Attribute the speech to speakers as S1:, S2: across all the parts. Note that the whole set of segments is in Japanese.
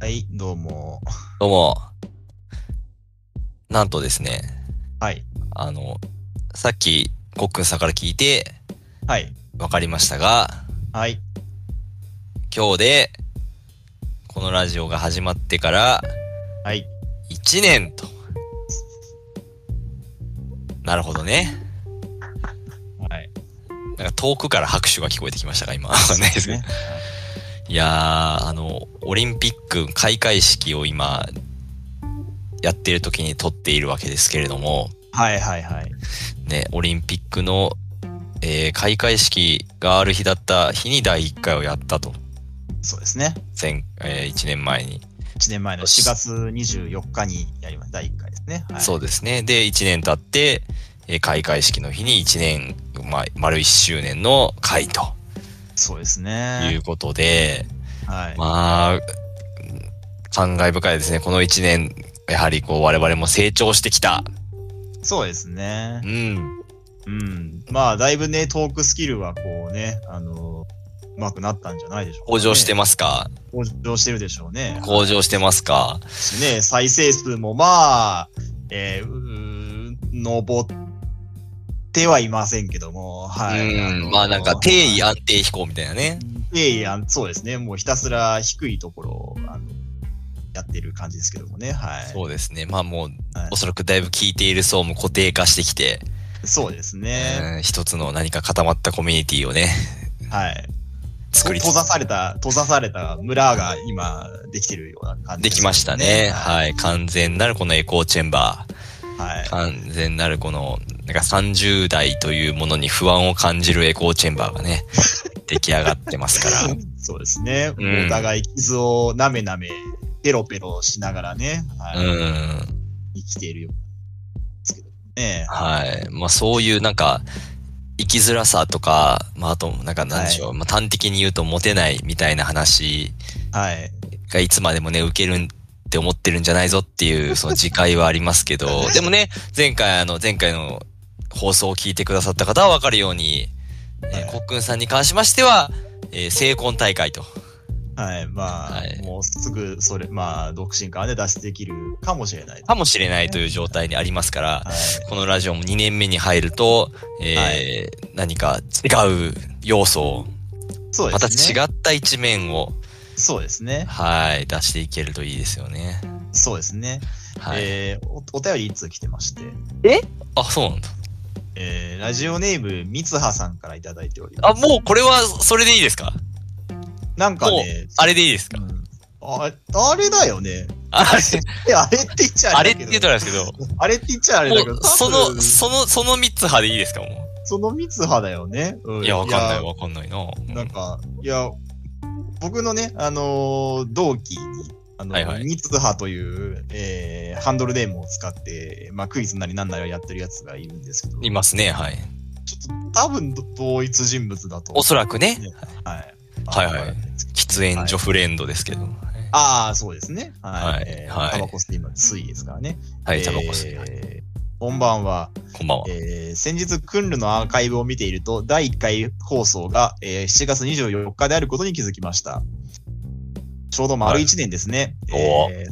S1: はい、どうも。
S2: どうも。なんとですね、
S1: はい。
S2: あの、さっき、ごっくんさんから聞いて、
S1: はい。
S2: わかりましたが、
S1: はい。
S2: 今日で、このラジオが始まってから、
S1: はい。
S2: 1年と。なるほどね。
S1: はい。
S2: なんか遠くから拍手が聞こえてきましたが、今。わかんないですけど
S1: ね。
S2: いやー、あの、オリンピック開会式を今、やってる時に撮っているわけですけれども、
S1: はいはいはい。
S2: ね、オリンピックの、えー開会式がある日だった日に第1回をやったと。
S1: そうですね。
S2: 前、え1年前に、
S1: 1年前の4月24日にやりました。第1回ですね。はい、
S2: そうですね。で、1年経って、えー開会式の日に1年、まあ、丸1周年の会と
S1: そうです
S2: い
S1: ね。
S2: うことで、
S1: はい。
S2: まあ、うん感慨深いですね。この1年、やはりこう、我々も成長してきた。
S1: そうですね
S2: う。ん。
S1: うん。まあ、だいぶね、トークスキルはこうね、あの、うまくなったんじゃないでしょうか、
S2: 向上して
S1: ま
S2: ますか
S1: 向上してるでしょうね。
S2: 向上してますか
S1: しね、再生数もまあ、えー、うー登ってはいませんけども、はい。
S2: うん。まあなんか、定位
S1: あ
S2: 安定飛行みたいなね。
S1: の定位あ、そうですね、もうひたすら低いところをあのやってる感じですけどもね、はい。
S2: そうですね。まあもう、
S1: はい
S2: おそらくだいぶ聞いている層も固定化してきて、
S1: そうですね、
S2: うん一つの何か固まったコミュニティをね、
S1: はい。と
S2: 作りつ
S1: 閉ざ
S2: つ
S1: された、閉ざされた村が今できてるような感じ
S2: できましたね。
S1: はい。
S2: はい。完全なるこのエコーチェンバ
S1: はい
S2: ー。完全なるこの、なんか30代というものに不安を感じるエコーチェンバーが ね、出来上がってますから。
S1: そうですね、
S2: うん
S1: お互い傷をなめなめ、ペロペロしながらね、はい。
S2: うん。
S1: 生きているようですけどね。
S2: はい。まあそういうなんか、生きづらさとか、まああと、なんかなんでしょう。まあ端的に言うとモテないみたいな話
S1: はい。
S2: がいつまでもね、受けるんって思ってるんじゃないぞっていう、その自戒はありますけ ど、でもね、前回、あの、前回の放送を聞いてくださった方はわかるように、
S1: は
S2: え
S1: い
S2: ー、コックンさんに関しましては、えー、成婚大会と。
S1: はい。まあ、
S2: はい
S1: もうすぐそれ、まあ、独身からね、脱出できるかもしれない。
S2: かもしれないという状態にありますから、
S1: はい。
S2: このラジオも2年目に入ると、えー
S1: は
S2: 何か違う要素を、
S1: そう
S2: また
S1: ですね。
S2: 違った一面を、
S1: そうですね。
S2: はい、出していけるといいですよね。
S1: そうですね。
S2: はい。
S1: えーお、お便り一通来てまして、
S2: あ、そうなんだ。
S1: えーラジオネーム、みつはさんからいただいておりま
S2: あ、もうこれは、それでいいですか
S1: す。なんかね、
S2: あれでいいですか
S1: うんああれだよね。
S2: あれ
S1: え、あれって言っちゃ
S2: あ
S1: あ
S2: れ
S1: れだ
S2: って
S1: けど。
S2: 言ったらですけど、
S1: あれって言っちゃあれだけど、
S2: もう
S1: 多分
S2: その、その、その三つ派でいいですかも
S1: そのみつはだよね。う
S2: う。
S1: ん
S2: いや、わかんない、わかんないな。
S1: なん
S2: う
S1: か、いや、僕のね、あのー同期に、あの、
S2: はいはい
S1: ミツハという、えーハンドルネームを使って、まあ、クイズなりなんなりをやってるやつがいるんですけど、
S2: んいますね、はい。
S1: ちょっと多分ど同一人物だと。
S2: おそらくね、
S1: はい。
S2: はいはい
S1: あの
S2: 喫煙所フレンドですけど。
S1: あー、そうですね。はい。
S2: はい
S1: えー
S2: はい
S1: タバコ吸って今、水位ですからね。
S2: はい、タバコ吸う。
S1: えーこんばんは。
S2: こんばんは。
S1: えー先日、クンルのアーカイブを見ていると、第1回放送が、えー7月24日であることに気づきました。ちょうど丸1年ですね。
S2: はいおー
S1: えー
S2: うん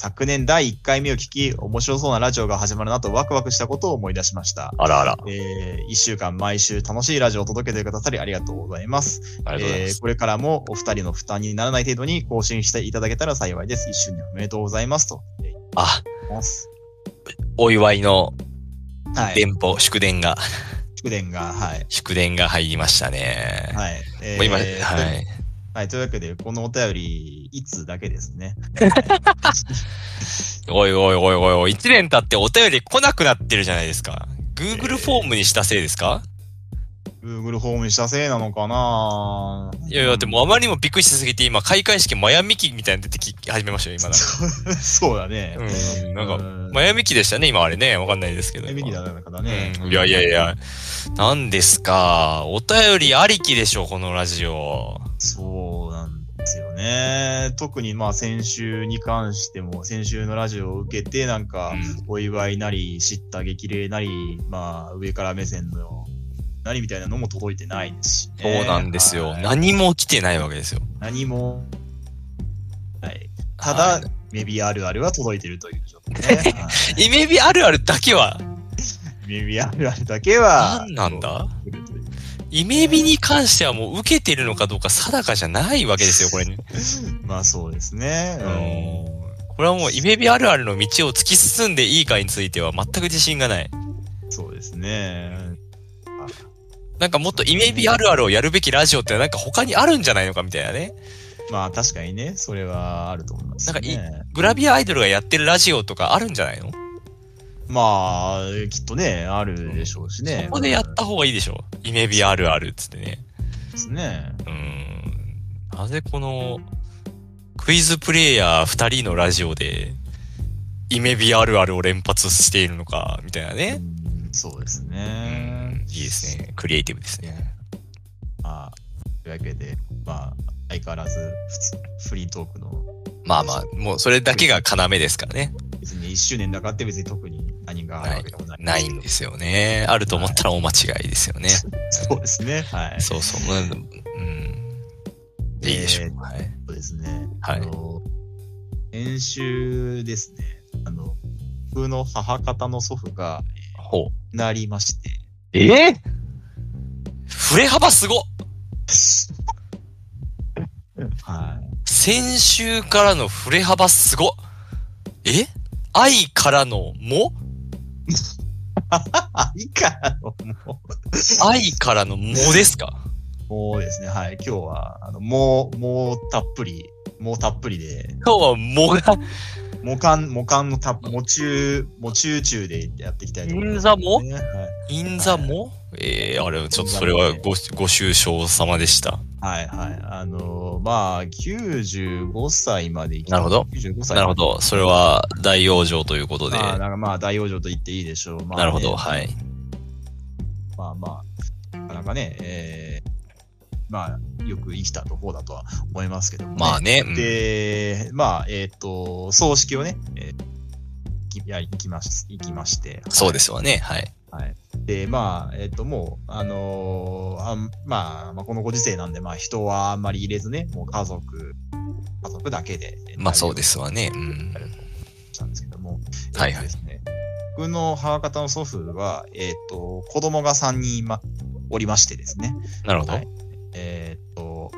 S1: 昨年第1回目を聞き、面白そうなラジオが始まるなとワクワクしたことを思い出しました。
S2: あらあら。
S1: え1週間毎週楽しいラジオを届けてくださりありがとうございます。
S2: ありがとうございま
S1: えー
S2: す。
S1: これからもお二人の負担にならない程度に更新していただけたら幸いです。一周年おめでとうございますと。えー言って
S2: あ、
S1: ます
S2: お祝いの
S1: はい。
S2: 電報、祝電が、
S1: 祝電が、はい。
S2: 祝電が入りましたね。
S1: はい。えー
S2: もう今、はい。
S1: はい、というわけで、このお便り、いつだけですね。
S2: おいおいおいおいおい、1年経ってお便り来なくなってるじゃないですか。Google フォームにしたせいですか
S1: Google ホームにしたせいなのかないい
S2: やいや、で、もあまりにもびっくりしすぎて、今、開会式マヤミキみたいなの出てき始めましたよ、今なんか。
S1: そうだね。
S2: うん、なんか、
S1: か
S2: マヤミキでしたね、今あれね。わかんないですけど。
S1: エミリだったからね。
S2: うん。いやいやいや、なんですか。お便りありきでしょ、このラジオ。
S1: そうなんですよね。特にまあ先週に関しても、先週のラジオを受けて、なんか、
S2: う
S1: お祝いなり、知った激励なり、まあ上から目線の、なりみたいなのも届いてないですしね、
S2: そうなんですよ。
S1: はい
S2: 何も来てないわけですよ。
S1: 何も、はい。た
S2: は
S1: だ
S2: い、
S1: メビあるあるは届いてるという状態ね。はい
S2: イメビあるあるだけは、
S1: メビあるあるだけは、
S2: 何なんだ
S1: 来るという
S2: イメビに関してはもう受けてるのかどうか定かじゃないわけですよ、これね。
S1: まあそうですね。うん
S2: これはもうイメビあるあるの道を突き進んでいいかについては全く自信がない。
S1: そうですね。
S2: なんかもっとイメビあるあるをやるべきラジオってなんか他にあるんじゃないのかみたいなね。
S1: まあ確かにね、それはあると思います、ね。
S2: なんグラビアアイドルがやってるラジオとかあるんじゃないの
S1: まあ、きっとね、あるでしょうしね。
S2: ここでやった方がいいでしょ。イメビあるあるっつってね。
S1: ですね。
S2: うーん。なぜこのクイズプレイヤー2人のラジオでイメビあるあるを連発しているのかみたいなね。
S1: うんそうです
S2: う
S1: ね。
S2: ん。いいですね。クリエイティブですね。
S1: まあ、というわけで、まあ、相変わらず普通、フリートークの、
S2: まあまあ、もうそれだけが要ですからね。
S1: 別に1周年だからって別に特に何があるわけでもない。
S2: ないんですよね。あると思ったら大間違いですよね。
S1: そうですね。はい。そ
S2: そうそう。うん。うんいいでしょう。はい。
S1: うですね。
S2: はい
S1: あの、先週ですね、あの、僕の母方の祖父が
S2: ほう。
S1: なりまして、
S2: え振れ幅すごっ
S1: はい。
S2: 先週からの振れ幅すごっえ愛からのも
S1: あ、いいかもう
S2: 愛からのもですか
S1: もうですね、はい、今日は、あの、もう、もうたっぷり、もうたっぷりで、
S2: 今日はもが、
S1: もかん、もかんのた、もちゅう、もちゅうちゅうでやっていきたいと思い ます、
S2: 銀座も
S1: ね
S2: インザもえー、あれ、ちょっとそれはご、ご愁傷様でした。
S1: はい、はい、はい。あのーまあ、95歳まで生きた
S2: なるほど。
S1: 95歳。
S2: なるほ。ど。それは大養生ということで。
S1: まあ、
S2: な
S1: なんかまあ、大往生と言っていいでしょう。まあね
S2: るほど。はい。
S1: まあまあ、なかなかね、えーまあ、よく生きたところだとは思いますけどもね、
S2: まあね。うん
S1: で、まあ、えっ、と、葬式をね、えー、いや行きまし行きまして、
S2: そうですわね。はい。
S1: はい。で、まあ、えっ、と、もう、あのーあんまあ、まあ、このご時世なんで、まあ、人はあんまり入れずね、もう家族、家族だけで、。
S2: まあそうですすわね。うん。
S1: したんですけども、
S2: は
S1: え
S2: い
S1: っ
S2: は
S1: と
S2: い
S1: で。すね、僕の母方の祖父は、えっ、と、子供が3人、ま、おりましてですね、
S2: なるほど。
S1: はいえっ、と、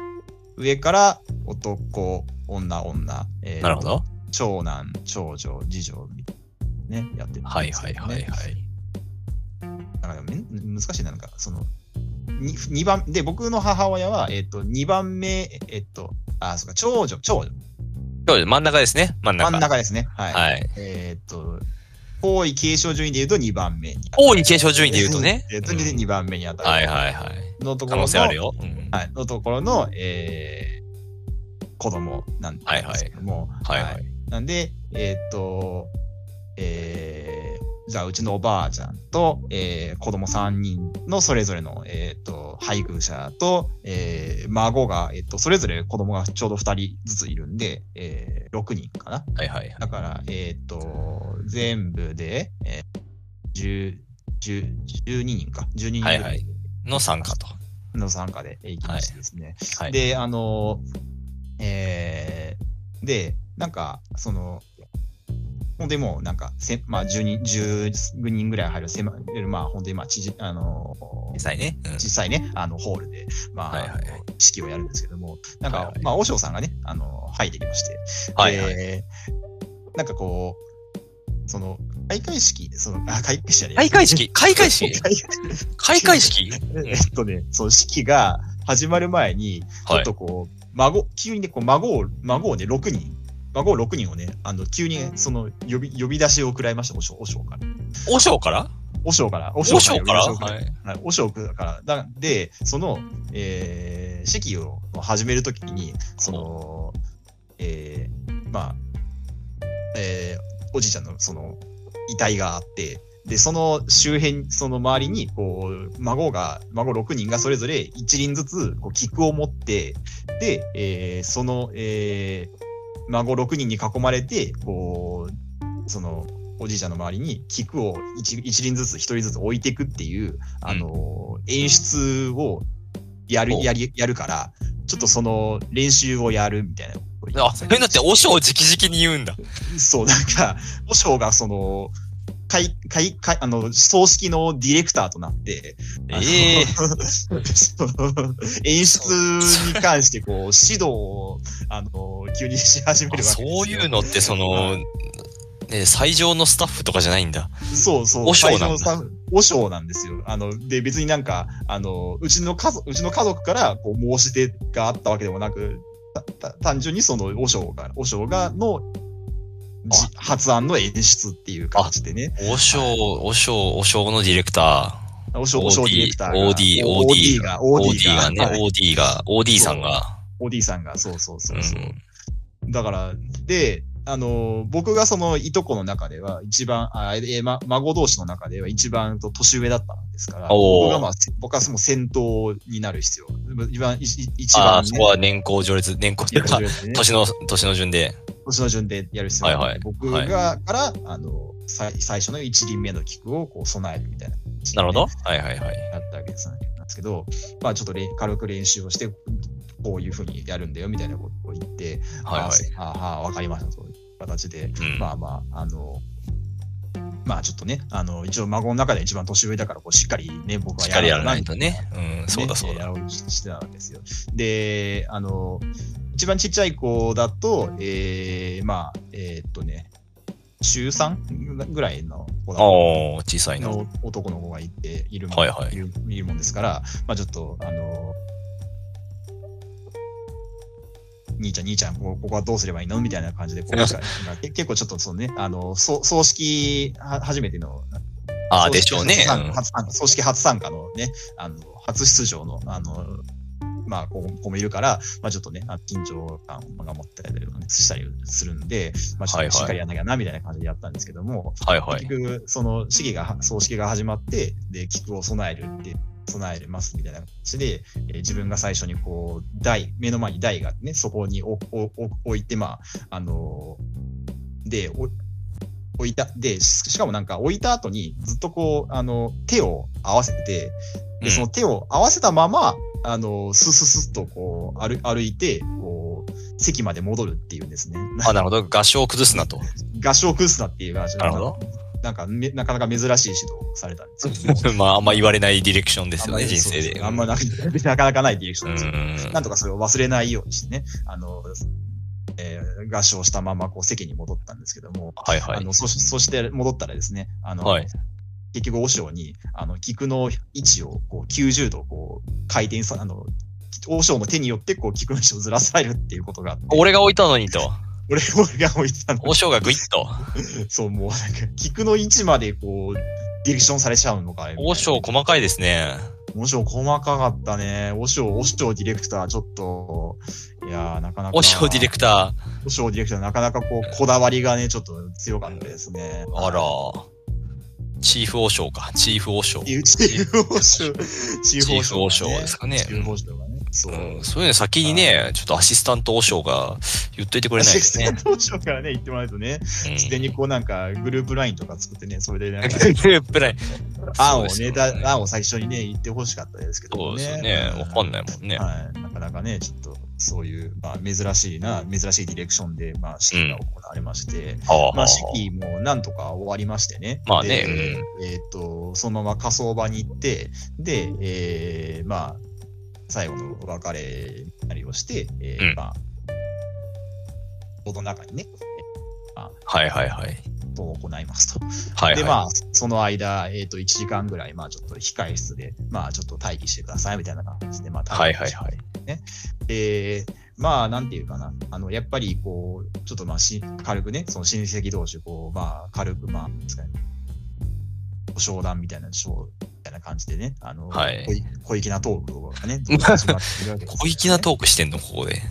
S1: 上から男、女、女、えー
S2: なるほど。
S1: 長男、長女、次女、ね、やってるんですけどね
S2: はいはいはいはい。
S1: なんかでもめん難しいな、なんか、その、に二番、で、僕の母親は、えっ、と、2番目、えっ、と、あ、そうか、長女、長女、
S2: そうです。真ん中ですね。真ん中。
S1: 真ん中ですね。はい。
S2: はい。
S1: えっ、と、皇位継承順位で言うと2番目に。。
S2: 王位継承順位で言うとね
S1: えっ、と、2番目に当たる。
S2: はいはいはい。
S1: のところ
S2: 可
S1: の
S2: 能性あるよ。うん
S1: はい、のところの、えー、子供なんで
S2: はいはい
S1: すけども、
S2: はいはい。
S1: なんで、えーっと、えー、じゃあ、うちのおばあちゃんと、えー、子供3人のそれぞれの、えーっと、配偶者と、えー、孫が、えーっと、それぞれ子供がちょうど2人ずついるんで、えー、6人かな。
S2: はいはい。
S1: だから、えーっと、全部で、えー、10、10 12人か。12人ぐら
S2: はいはいの参加と。
S1: の参加でえー行きましてですね。
S2: はい。
S1: で、あの、えー、で、なんか、その、ほんでもうなんかせ、まあ、10人、10人ぐらい入る狭い、まあ、ほんで、まあ、縮あの、
S2: 実際ね。うん
S1: 小さいね、あの、ホールで、まあ、
S2: はいはいはい
S1: 式をやるんですけども、なんか、
S2: はいはい
S1: まあ、和尚さんがね、あの、入ってきまして、
S2: はいはい。
S1: でなんかこう、その、開会式、その、あ、開会式じゃねえ
S2: 開会式開会式
S1: 開
S2: 開会式
S1: えっとね、その式が始まる前に、ちょ
S2: は
S1: っ
S2: い
S1: と。こう、孫、急にね、こう孫を、孫をね、6人、孫を6人をね、あの、急に、その、呼び、呼び出しを食らいました、おしょおしょうから。
S2: 和尚から
S1: おしょうから、お
S2: 和尚から
S1: 呼び出しを食ら
S2: はいい。
S1: はいおしょうから。だで、その、えー、式を始めるときに、その、えー、まあ、えー、おじいちゃんの、その、遺体があって、で、その周辺、その周りに、こう、孫が、孫6人がそれぞれ一輪ずつ、こう、菊を持って、で、えーその、えー孫6人に囲まれて、こう、その、おじいちゃんの周りに菊を一一輪ずつ、一人ずつ置いていくっていう、あのー演出をやる
S2: ほ、う
S1: やり、やるから、ちょっとその練習をやるみたいなと言い
S2: あ、
S1: ます
S2: それだって、おしょう直々に言うんだ。
S1: そう、なんか、和尚がその、会、会、会、あの、葬式のディレクターとな って、あの
S2: ええ
S1: その演出に関して、こう、指導を、あの、急にし始めるわけです
S2: そう
S1: よ
S2: いうのって、その、ね、最上のスタッフとかじゃないんだ。
S1: そうそう。
S2: 和尚なんだ
S1: 最初のさ和尚なんですよ。あの、で、別になんか、あの、うちの家族、うちの家族から、こう、申し出があったわけでもなく、たた単純にその、和尚が、和尚がの、じ発案の演出っていう形でね、
S2: おしょう、おしょう、おしょうのディレクタ
S1: 和
S2: ー。
S1: 尚、和尚ディレ
S2: OD
S1: クター、が
S2: OD、
S1: OD が、OD が
S2: OD がね、
S1: はい
S2: OD が、OD さんが。
S1: OD さんが、そうそうそうそう。
S2: うん
S1: だから、で、あの、僕がそのいとこの中では一番、あえーま、孫同士の中では一番と年上だったんですから、
S2: おー
S1: 僕がまあ、僕はもう先頭になる必要。一番、い一
S2: あ
S1: 番
S2: あ、
S1: ね、
S2: そこは年功序列、年功
S1: いや年
S2: 序列。
S1: 上ですね
S2: 年の、年の順で。
S1: 年の順でやる必要があるんで僕
S2: はい
S1: が、から、あの、最最初の一輪目の菊をこう備えるみたいな、
S2: なるほど。。はいはいはい。
S1: やったわけですなんですけど、まあちょっとれん軽く練習をして、こういうふうにやるんだよみたいなことを言って、
S2: はいはい。
S1: ああああ、わかりました、そういう形で。
S2: うん。
S1: まあまあ、あの、まあちょっとね、あの、一応孫の中で一番年上だから、こう、しっかりね、僕は
S2: しっかりやら
S1: ろう
S2: ないとね。うん、そうだそう
S1: ね
S2: だ。
S1: やろうとしてたわけですよ。で、あの、一番ちっちゃい子だと、えー、まあ、えーっとね、中3ぐらいの子だ
S2: ああ、小さいな。
S1: の男の子がいて、いるもん、
S2: はいはい
S1: いるいるもんですから、まあちょっと、あの、兄ちゃん、兄ちゃん、こここはどうすればいいのみたいな感じで、こう
S2: すい
S1: なんかけ結構ちょっとそのね、あの、そう葬式は初めての、
S2: ああ、
S1: 葬
S2: で
S1: 式
S2: しょうね
S1: 初。参
S2: うん
S1: 初参加葬式初参加のね、あの、初出場の、あの、まあ、こう子もいるから、まあ、ちょっとね、あ緊張感が持ったりとかねしたりするんで、まあ、ちょ
S2: はい
S1: っ
S2: はい
S1: としっかりやらなきゃな、みたいな感じでやったんですけども、
S2: はいはい。
S1: 結局、その式が、葬式が始まって、で、菊を備えるって、備えますみたいな形で、えー自分が最初にこう、台、目の前に台があってね、そこにおおお置いて、まあ、あのーで、お置いた、で、ししかもなんか置いた後にずっとこう、あの、手を合わせて、
S2: う
S1: で、
S2: ん
S1: その手を合わせたまま、あの、スススッとこう、歩歩いて、こう、席まで戻るっていうんですね。
S2: あ、なるほど。合唱を崩すなと。
S1: 合唱クースだっていう感じ
S2: なるほど。
S1: なんかめ、なかなか珍しい指導をされたんですけど
S2: まあ、あんま言われないディレクションで
S1: あ
S2: す
S1: ん
S2: よ
S1: ま
S2: ね、
S1: り
S2: 人
S1: そう
S2: 生
S1: そう
S2: で。
S1: あんまなくな かなかないディレクショ
S2: う
S1: ン
S2: ん
S1: ですよ。なんとかそれを忘れないようにしてね、あの、えー合唱したままこう席に戻ったんですけども、
S2: はいは
S1: あ
S2: い。
S1: のそしそして戻ったらですね、あの、
S2: はい。
S1: 結局、和尚に、あの、菊の位置をこう90度こう回転さ、あの、和尚の手によってこう菊の位置をずらされるっていうことがあって、
S2: 俺が置いたのにと。
S1: 俺俺が置いたの
S2: 王将がグイッと。
S1: そう、もうなんか、菊の位置までこう、ディレクションされちゃうのか。
S2: 王将細かいですね。
S1: 王将細かかったね。王将、王将ディレクター、ちょっと、いやー、なかなか。
S2: 王将ディレクタ
S1: ター。王将ディレクター、なかなかこう、こだわりがね、ちょっと強かったですね。
S2: ー。あら。チーフ王将か。チーフ王将。
S1: チーフ王将。チ
S2: チーフ王将ですかね
S1: チーフ王将がね。そう。
S2: うん、そういうの先にね、ちょっとアシスタント王将が言っといてくれないですね。
S1: チーフ王将からね、言ってもらえるとね、
S2: うん
S1: すでにこうなんか、グループラインとか作ってね、それでなんか、
S2: グループライン。
S1: 案を
S2: そうです
S1: ね、
S2: よ
S1: だ案を最初にね、言ってほしかったですけど
S2: そう
S1: も
S2: で
S1: ね。
S2: すよね。わかんないもんね。
S1: はい、なかなかね、ちょっとそういう、まあ、珍しいな、珍しいディレクションで、まあ、式が行われまして、
S2: ああ
S1: まあ、式もなんとか終わりましてね、
S2: まあね
S1: でえーっと、そのまま火葬場に行って、で、えーまあ、最後のお別れなりをして、えー
S2: うん
S1: まあ、この中にね、
S2: はいはいはい。
S1: と行いますと。
S2: はい、はい。
S1: で、まあ、その間、えっ、と、1時間ぐらい、まあ、ちょっと控え室で、まあ、ちょっと待機してください、みたいな感じで、まあ、
S2: はいはいはい。
S1: で、まあ、なんていうかな、あの、やっぱり、こう、ちょっとまあし、軽くね、その親戚同士、こう、まあ、軽く、まあ、なんですかね、商談みたいな、商みたいな感じでね、あの、
S2: はい
S1: 小い小粋なトークを ね、どんどん始まっていくわけですよね
S2: 小粋なトークしてんの、ここで。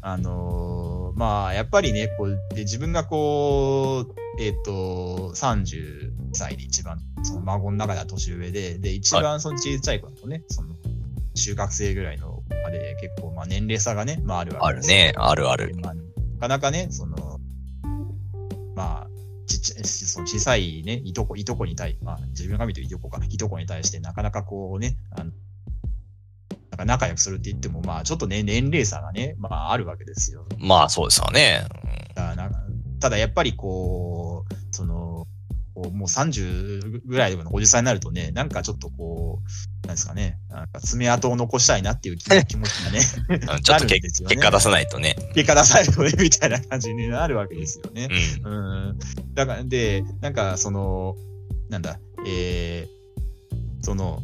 S1: あのーまあ、やっぱりね、こう、で、自分がこう、えっ、と、30歳で一番、その孫の中では年上で、で、一番その小さい子だとね、その、中学生ぐらいの子で、結構、まあ、年齢差がね、まあ、あるわ
S2: あ
S1: けで
S2: る
S1: すよ
S2: ね。あるある。
S1: まあ、なかなかね、その、まあ、ちっちゃいその小さいね、いとこ、いとこに対、まあ、自分が見てるいとこか、いとこに対して、なかなかこうね、あのななんか仲良くするって言っても、まあちょっとね、年齢差がね、まああるわけですよ。
S2: まあ、そうですよ ね。
S1: だからなんかただやっぱりこう、その、こうもう30ぐらいのおじさんになるとね、なんかちょっとこう、なんですかね、なんか爪痕を残したいなっていう気気持ちがね、
S2: うんちょっと
S1: なるん
S2: け
S1: ですよね
S2: 結果出さないとね。
S1: 結果出されるよねみたいな感じになるわけですよね。
S2: うん。
S1: うんだから、で、なんか、その、なんだ、えーその、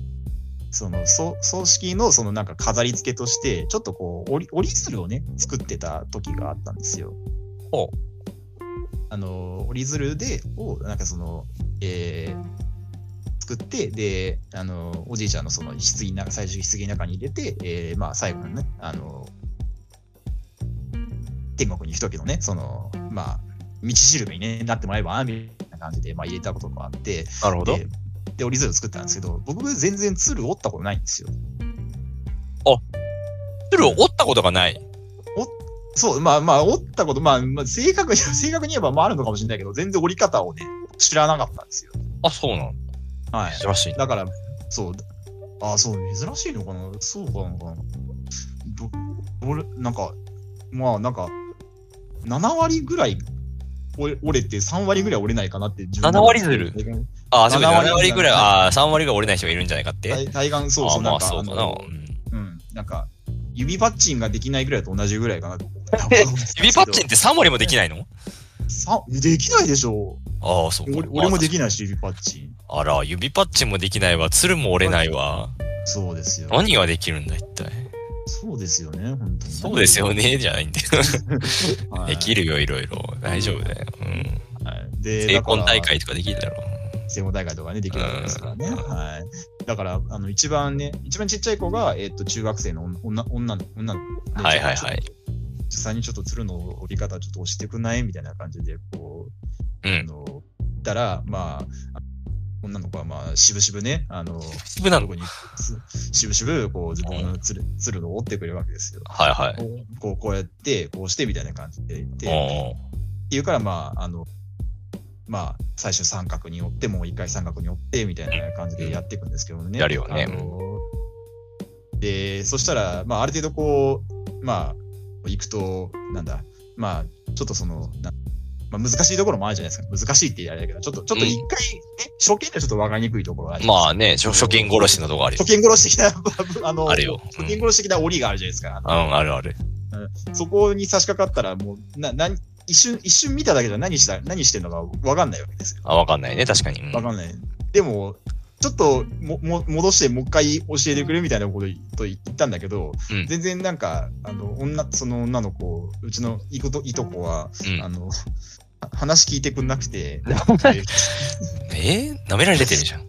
S1: その、そ葬式の、その、なんか飾り付けとして、ちょっとこう、折り折り鶴をね、作ってた時があったんですよ。
S2: ほう
S1: あの、折り鶴で、を、なんかその、えー作って、で、あの、おじいちゃんのその、棺の中、最終棺の中に入れて、えーまあ、最後にね、あの、天国に行く時のね、その、まあ、道しるべに、ね、なってもらえばなみたいな感じで、まあ、入れたことがあって
S2: なるほど
S1: で。で折り鶴を作ったんですけど僕全然鶴折ったことないんですよ
S2: 鶴を折ったことがない。
S1: そうまあまあ折ったこと、まあ、まあ正確に正確に言えばまああるのかもしれないけど全然折り方をね知らなかったんですよ
S2: あ、そうなの
S1: はい
S2: 珍しい。
S1: だからそうああそう珍しいのかなそうかなかなど俺なんかまあなんか7割ぐらい折れ折れて3割ぐらい折れないかなって自分の
S2: 7割ずるあ、そうか、
S1: 7割
S2: 7割ぐらい、あ3割が折れない人がいるんじゃないかって。
S1: 対対岸そう
S2: あ
S1: そ
S2: ー
S1: う
S2: ま
S1: な
S2: あ
S1: んか
S2: そうか
S1: あ
S2: な。う
S1: の
S2: ん
S1: うん、なんか、指パッチンができないぐらいと同じぐらいかなと思う
S2: 指パッチンって3割もできないの
S1: さできないでしょ
S2: ああ、そうか
S1: 俺。俺もで
S2: き
S1: きないし、指パッチン。
S2: あら、指パッチンもできないわ、鶴も折れないわ。
S1: そうですよ。
S2: 何ができるんだ、一体。
S1: そうですよね、本当に。
S2: そうですよ。ね、じゃないんだよ。
S1: はい、
S2: できるよ、いろいろ。大丈夫だよ。うん。
S1: はい。で、
S2: 成婚大
S1: だから。
S2: 会とかできるだろう。
S1: 成功大会とかね、できるわけですからね。
S2: うん
S1: はい。だから、あの、一番ね、一番ちっちゃい子が、えっ、と、中学生の女、女の、女の子。
S2: はいはいはい。
S1: 実際にちょっと鶴の折り方ちょっと押してくんないみたいな感じでこう、
S2: うん
S1: あの言ったらまああ女の子はまあしぶしぶねあの
S2: 粒なの
S1: 僕にすしぶしぶこう自分の鶴鶴を折ってくれるわけですよ。
S2: はいはい。
S1: こうこうやってこうしてみたいな感じで言ってって
S2: おー
S1: いうからまああのまあ最初三角に折ってもう一回三角に折ってみたいな感じでやっていくんですけどね。
S2: やるよね
S1: あのでそしたら、まあ、ある程度こうまあ行くとなんだまあちょっとそのなまあ、難しいところもあるじゃないですか難しいって言われるけどちょっとちょっと一回、ね初見ではちょっと分かりにくいところがあり
S2: まあね、初初見殺しのとこあるよ
S1: 初。見殺し的なあの
S2: あるよ。う
S1: 初
S2: ん、
S1: 見殺し的な檻があるじゃないですかあの
S2: うんあるある。
S1: そこに差し掛かったら、もう、な、な、一瞬、一瞬見ただけじゃ何した、何してんのか分かんないわけですよ。
S2: あ、わかんないね、確かに。うん
S1: 分かんない。でも、ちょっとも、も、戻して、もう一回教えてくれみたいなことと言ったんだけど、
S2: うん
S1: 全然なんか、あの、女、その女の子、うちのいこと、いとこは、
S2: うん
S1: あの、は話聞いてくんなくて、
S2: えー、舐められてるじゃん。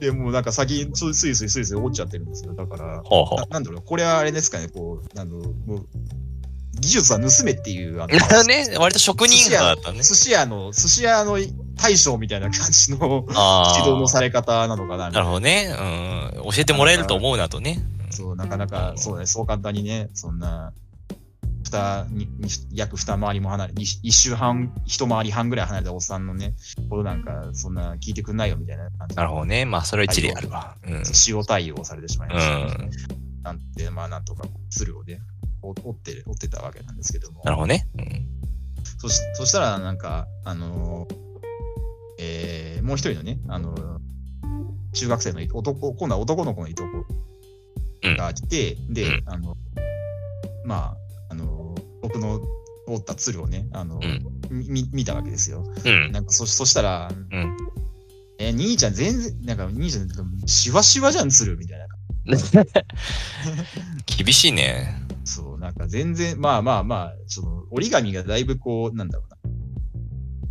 S1: で、もうなんか先、そうスイスイスイスイ折っちゃってるんですよ。だから、
S2: ほうほ
S1: ななんだろう、これはあれですかね、こう、あの、もう、技術は盗めっていう、 あの
S2: う。ね、割と職人派だったね。
S1: 寿司屋の、寿司屋の大将みたいな感じの
S2: あ
S1: 指導の
S2: あ。
S1: され方なのかなみた
S2: ないる
S1: な。
S2: ほどね。うん。教えてもらえると思うなとね。
S1: そう、なかな
S2: なる
S1: か
S2: ほ、ど
S1: そうね、そう簡単にね、そんな、二、に、に約二回りも離れ、一一周半、一回り半ぐらい離れたおっさんのね、ことなんか、そんな聞いてくんないよみたいな感じ
S2: な
S1: で
S2: るほどね。まあ、それは一理あるわ。うん。
S1: 塩対応されてしまいました、
S2: うん。
S1: なんで、まあ、なんとか、鶴をね、お折って、折ってたわけなんですけども。
S2: なるほどね。うん。
S1: そしそしたら、なんか、あのーえーもう一人のね、あのー中学生のい男、今度は男の子のいとこが来て、で、
S2: うん
S1: あの、まあ、あのー僕の折った鶴をね、あのーみみ見たわけですよ。
S2: うん。
S1: なんかそ、そしたら、
S2: ん
S1: えー兄ちゃん全然、なんか、兄ちゃん、なんかしわしわじゃん、鶴、みたいな。
S2: 厳しいね。
S1: そう、なんか全然、まあまあまあ、その折り紙がだいぶこう、なんだろうな、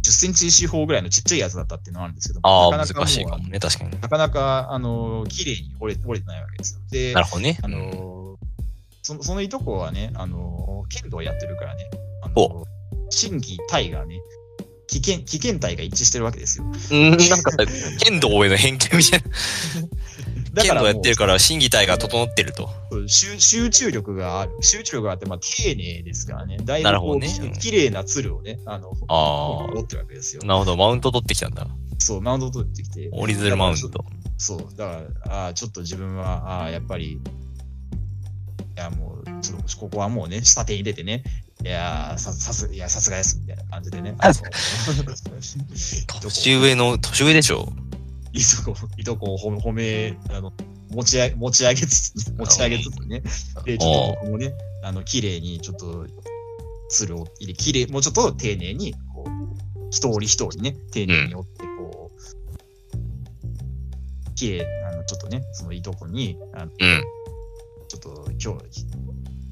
S1: 10センチ四方ぐらいのちっちゃいやつだったっていうのはあるんですけど、
S2: あ
S1: なかな
S2: あ、
S1: か
S2: 難しいか
S1: も
S2: もね。確かに。
S1: うなかなか、あの、綺麗に折れ折れてないわけですよ。で
S2: な、るほどね。
S1: あ
S2: うん
S1: の、そのそのいとこはね、あの、剣道やってるからね、あの
S2: お、
S1: 新規体がね、危険、危険体が一致してるわけですよ。
S2: うん、なんか、剣道への偏見みたいな。
S1: だか
S2: 剣
S1: らも
S2: 道
S1: う
S2: やってるから、審議体が整ってると。
S1: そう集集中力がある。集中力があって、まあ、丁寧ですからね。だいぶ
S2: なる
S1: こ
S2: ほ
S1: う、
S2: どね
S1: き
S2: うん
S1: 綺麗な鶴をね、あの、
S2: あ
S1: 持ってるわけですよ
S2: あ。。なるほど。マウント取ってきたんだ。
S1: そう、マウント取ってきて。
S2: 折り鶴マウン
S1: だか
S2: ト。
S1: らそう、だから、ああ、ちょっと自分は、ああ、やっぱり、ここはもうね、下手に出てね、いやー、ささす、いや、さすがです、みたいな感じでね。 あの
S2: 年上の、年上でしょ
S1: いとこ、いとこを褒め、あの、持ち上げ、持ち上げつつ、 持ち上げつつね。で、ちょっと僕もね、あの、綺麗に、ちょっと、つるを入れ、綺麗、もうちょっと丁寧に、こう、一折一折ね、丁寧に折って、こう、綺麗、あの、ちょっとね、そのいとこに、あの
S2: うん。
S1: ちょっと今日、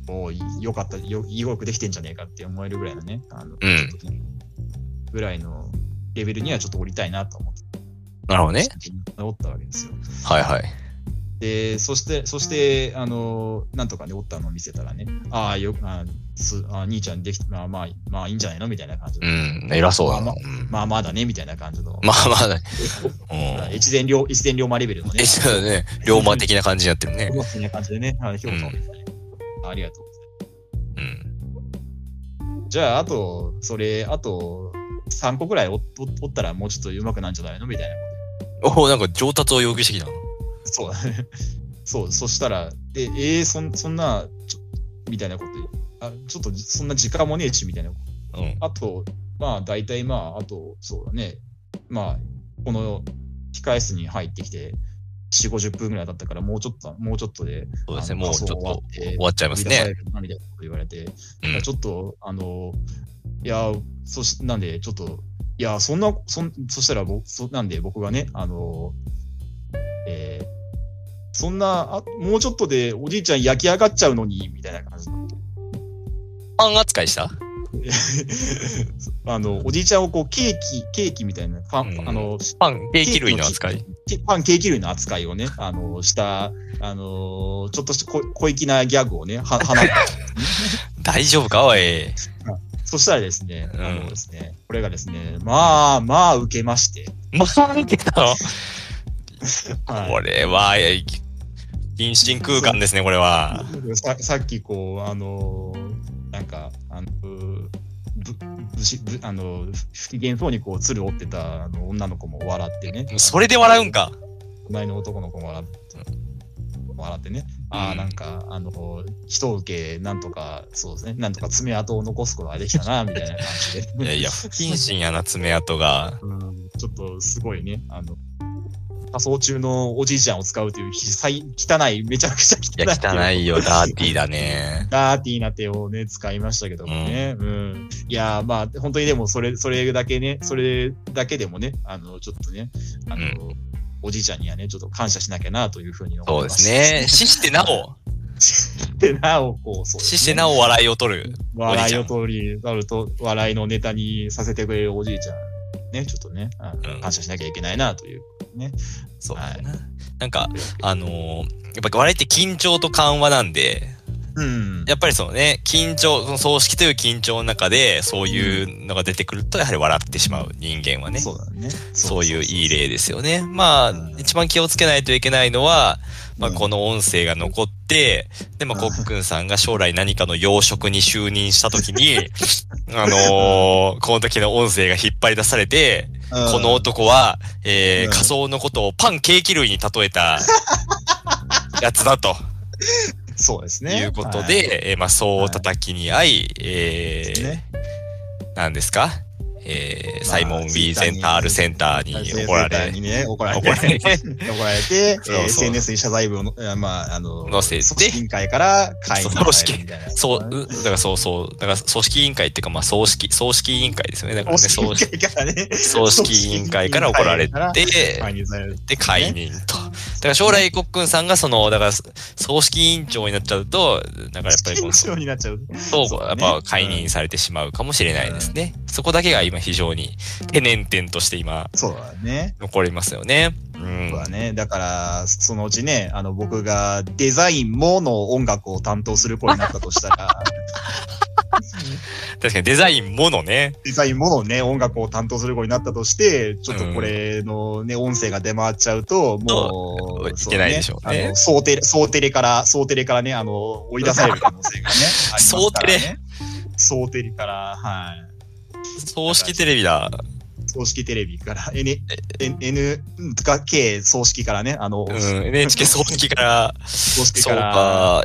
S1: もうよかった、よよくできてんじゃねえかって思えるぐらいのね、あの、
S2: うん
S1: ちょっとねぐらいのレベルにはちょっと降りたいなと思って、
S2: なるほどね。
S1: 思ったわけですよ。
S2: はいはい。
S1: で、そして、そして、あの、なんとかね、おったのを見せたらね、ああ、よあすあ兄ちゃんできまあまあ、まあいいんじゃないのみたいな感じ
S2: う
S1: で、
S2: ん。偉そうだ
S1: ま
S2: な。
S1: あ
S2: うん
S1: まあまあだね、みたいな感じの、
S2: まあまあね。うん。
S1: 越前龍、越前龍馬レベルのね
S2: え、、そうだね。龍馬的な感じになってるね。
S1: みたいな感じでね、あの評価を見せたり、ありがとうございます。
S2: うん。
S1: じゃあ、あと、それ、あと、3個ぐらいおおおったらもうちょっと上手くなんじゃないのみたいなこ
S2: おお、なんか上達を要求してきたの。
S1: と。そう だね。そう、そしたら、で、えー、そんそんな、ちょみたいなことあ、ちょっとそんな時間もねえし、みたいなこと。
S2: うん。
S1: あと、まあ、大体まあ、あと、そうだね。まあ、この控室に入ってきて、4、50分ぐらい経ったから、もうちょっと、もうちょっとで、
S2: そうですね。
S1: あ
S2: もうちょっと
S1: 仮装終わって
S2: 終わっちゃいます
S1: 追い出さ
S2: ね
S1: れ。るなみたいなこと言われて、
S2: うん
S1: ちょっと、あの、いや、そし、なんで、ちょっと、いや、そんな、そんそしたら僕そ、なんで僕がね、あの、えーそんなあ、もうちょっとでおじいちゃん焼き上がっちゃうのに、みたいな感じ。
S2: パン扱いした
S1: あの、おじいちゃんをこう、ケーキ、ケーキみたいな、パン、
S2: うん
S1: あの、
S2: パン、ケーキ類の扱い。
S1: ケパンケーキ類の扱いをね、あの、した、あの、ちょっとした小小粋なギャグをね、は放 って
S2: 大丈夫かおい。
S1: そしたらですね、
S2: うん
S1: あのですね、これがですね、まあまあ受けまして、
S2: まあ、受けたの
S1: は
S2: これは、えい謹慎空間ですね、これは。
S1: い、ささっきこう、あのーなんか、あのーぶぶしぶあのー不機嫌そうにこう、鶴折ってたあの女の子も笑ってね、
S2: それで笑うんか。
S1: 隣の男の子も笑って。笑ってね、あ
S2: う
S1: あ、
S2: ん
S1: なんか、あのー、人受け、なんとか、そうですね、なんとか爪痕を残すことができたな、みたいな感じ
S2: い
S1: で。
S2: やい や、不謹慎やな、爪痕が。
S1: うんちょっとすごいね、あの、仮装中のおじいちゃんを使うという、ひさい汚い、めちゃくちゃ
S2: いや、
S1: 汚い。
S2: 汚いよ、ダーティーだね。
S1: ダーティーな手をね、使いましたけどもね。うん。いやー、まあ、本当にでも、それ、それだけね、それだけでもね、あの、ちょっとね、あの、おじいちゃんにはね、ちょっと感謝しなきゃな、というふうに思い
S2: そ
S1: う
S2: で
S1: ますす
S2: ね。死してなお、
S1: で、なお、こう、そうです
S2: 死
S1: ね
S2: してなお笑いを取る。おじい
S1: 笑
S2: ち
S1: い
S2: ゃん
S1: を通り、なると、笑いのネタにさせてくれるおじいちゃん。ね、ちょっとね、あの
S2: うん
S1: 感謝しなきゃいけないな、という。
S2: そうだな。なんか、あのーやっぱ笑いって緊張と緩和なんで、
S1: うん。
S2: やっぱりそのね、緊張、その葬式という緊張の中で、そういうのが出てくると、やはり笑ってしまう人間はね。
S1: そうだね。
S2: そういういい例ですよね。まあ
S1: うん、
S2: 一番気をつけないといけないのは、まあ、
S1: うん
S2: この音声が残って、で、まあ、
S1: う
S2: コ
S1: ん
S2: ックンさんが将来何かの要職に就任した時に、あのーこの時の音声が引っ張り出されて、
S1: うん
S2: この男は、え
S1: う
S2: ー、
S1: ん
S2: 仮想のことをパンケーキ類に例えたやつだと
S1: そうですね。
S2: いうこと
S1: はい、
S2: で、えーまあ、そう叩きに合い、えー、
S1: ね
S2: 何ですかえー、
S1: あ
S2: サイモン・ウィーゼンタール・センターに怒られ、
S1: にね、 怒られ
S2: 怒られ
S1: て、怒られて、
S2: そう
S1: えー
S2: そう
S1: SNS に謝罪文を、えーまあ、あの、
S2: 載せて
S1: 組織委員会から会員に
S2: 組織
S1: 入るみたいな
S2: そう、うだからそうそう、だから組織委員会っていうか、まあ、葬式、葬式委員会ですよね。だから
S1: 組
S2: ね、
S1: 織委
S2: 葬式
S1: 員会からね、
S2: 葬式委員会から怒られて、
S1: 組会員にされる。
S2: で、解任と。だから将来、コックンさんが、その、だから、葬式委員長になっちゃうと、だからやっぱりこの、
S1: 緊
S2: そ
S1: 張になっちゃう。
S2: う、
S1: そう
S2: や
S1: だ
S2: っ
S1: ね
S2: ぱ解任されてしまうかもしれないですね。そこだけが今非常に懸念点として今、
S1: そうだね。
S2: 残りますよね。う
S1: そ
S2: ん
S1: う。だね。だから、そのうちね、あの、僕がデザインもの音楽を担当する子になったとした ら、
S2: 確かにデザインものね。
S1: デザインものね、音楽を担当する子になったとして、ちょっとこれのね、音声が出回っちゃうと、もう、
S2: そういけないでしょうね
S1: あの、総テレ、総テレから、総テレからね、あの、追い出される可能性が ね、ありますからね。総テレから、はい。
S2: 葬式テレビだ。
S1: 葬式テレビから、N、N、N が K 葬式からね、あの、
S2: うん。NHK 葬式から、
S1: 葬式
S2: そう
S1: から、
S2: か。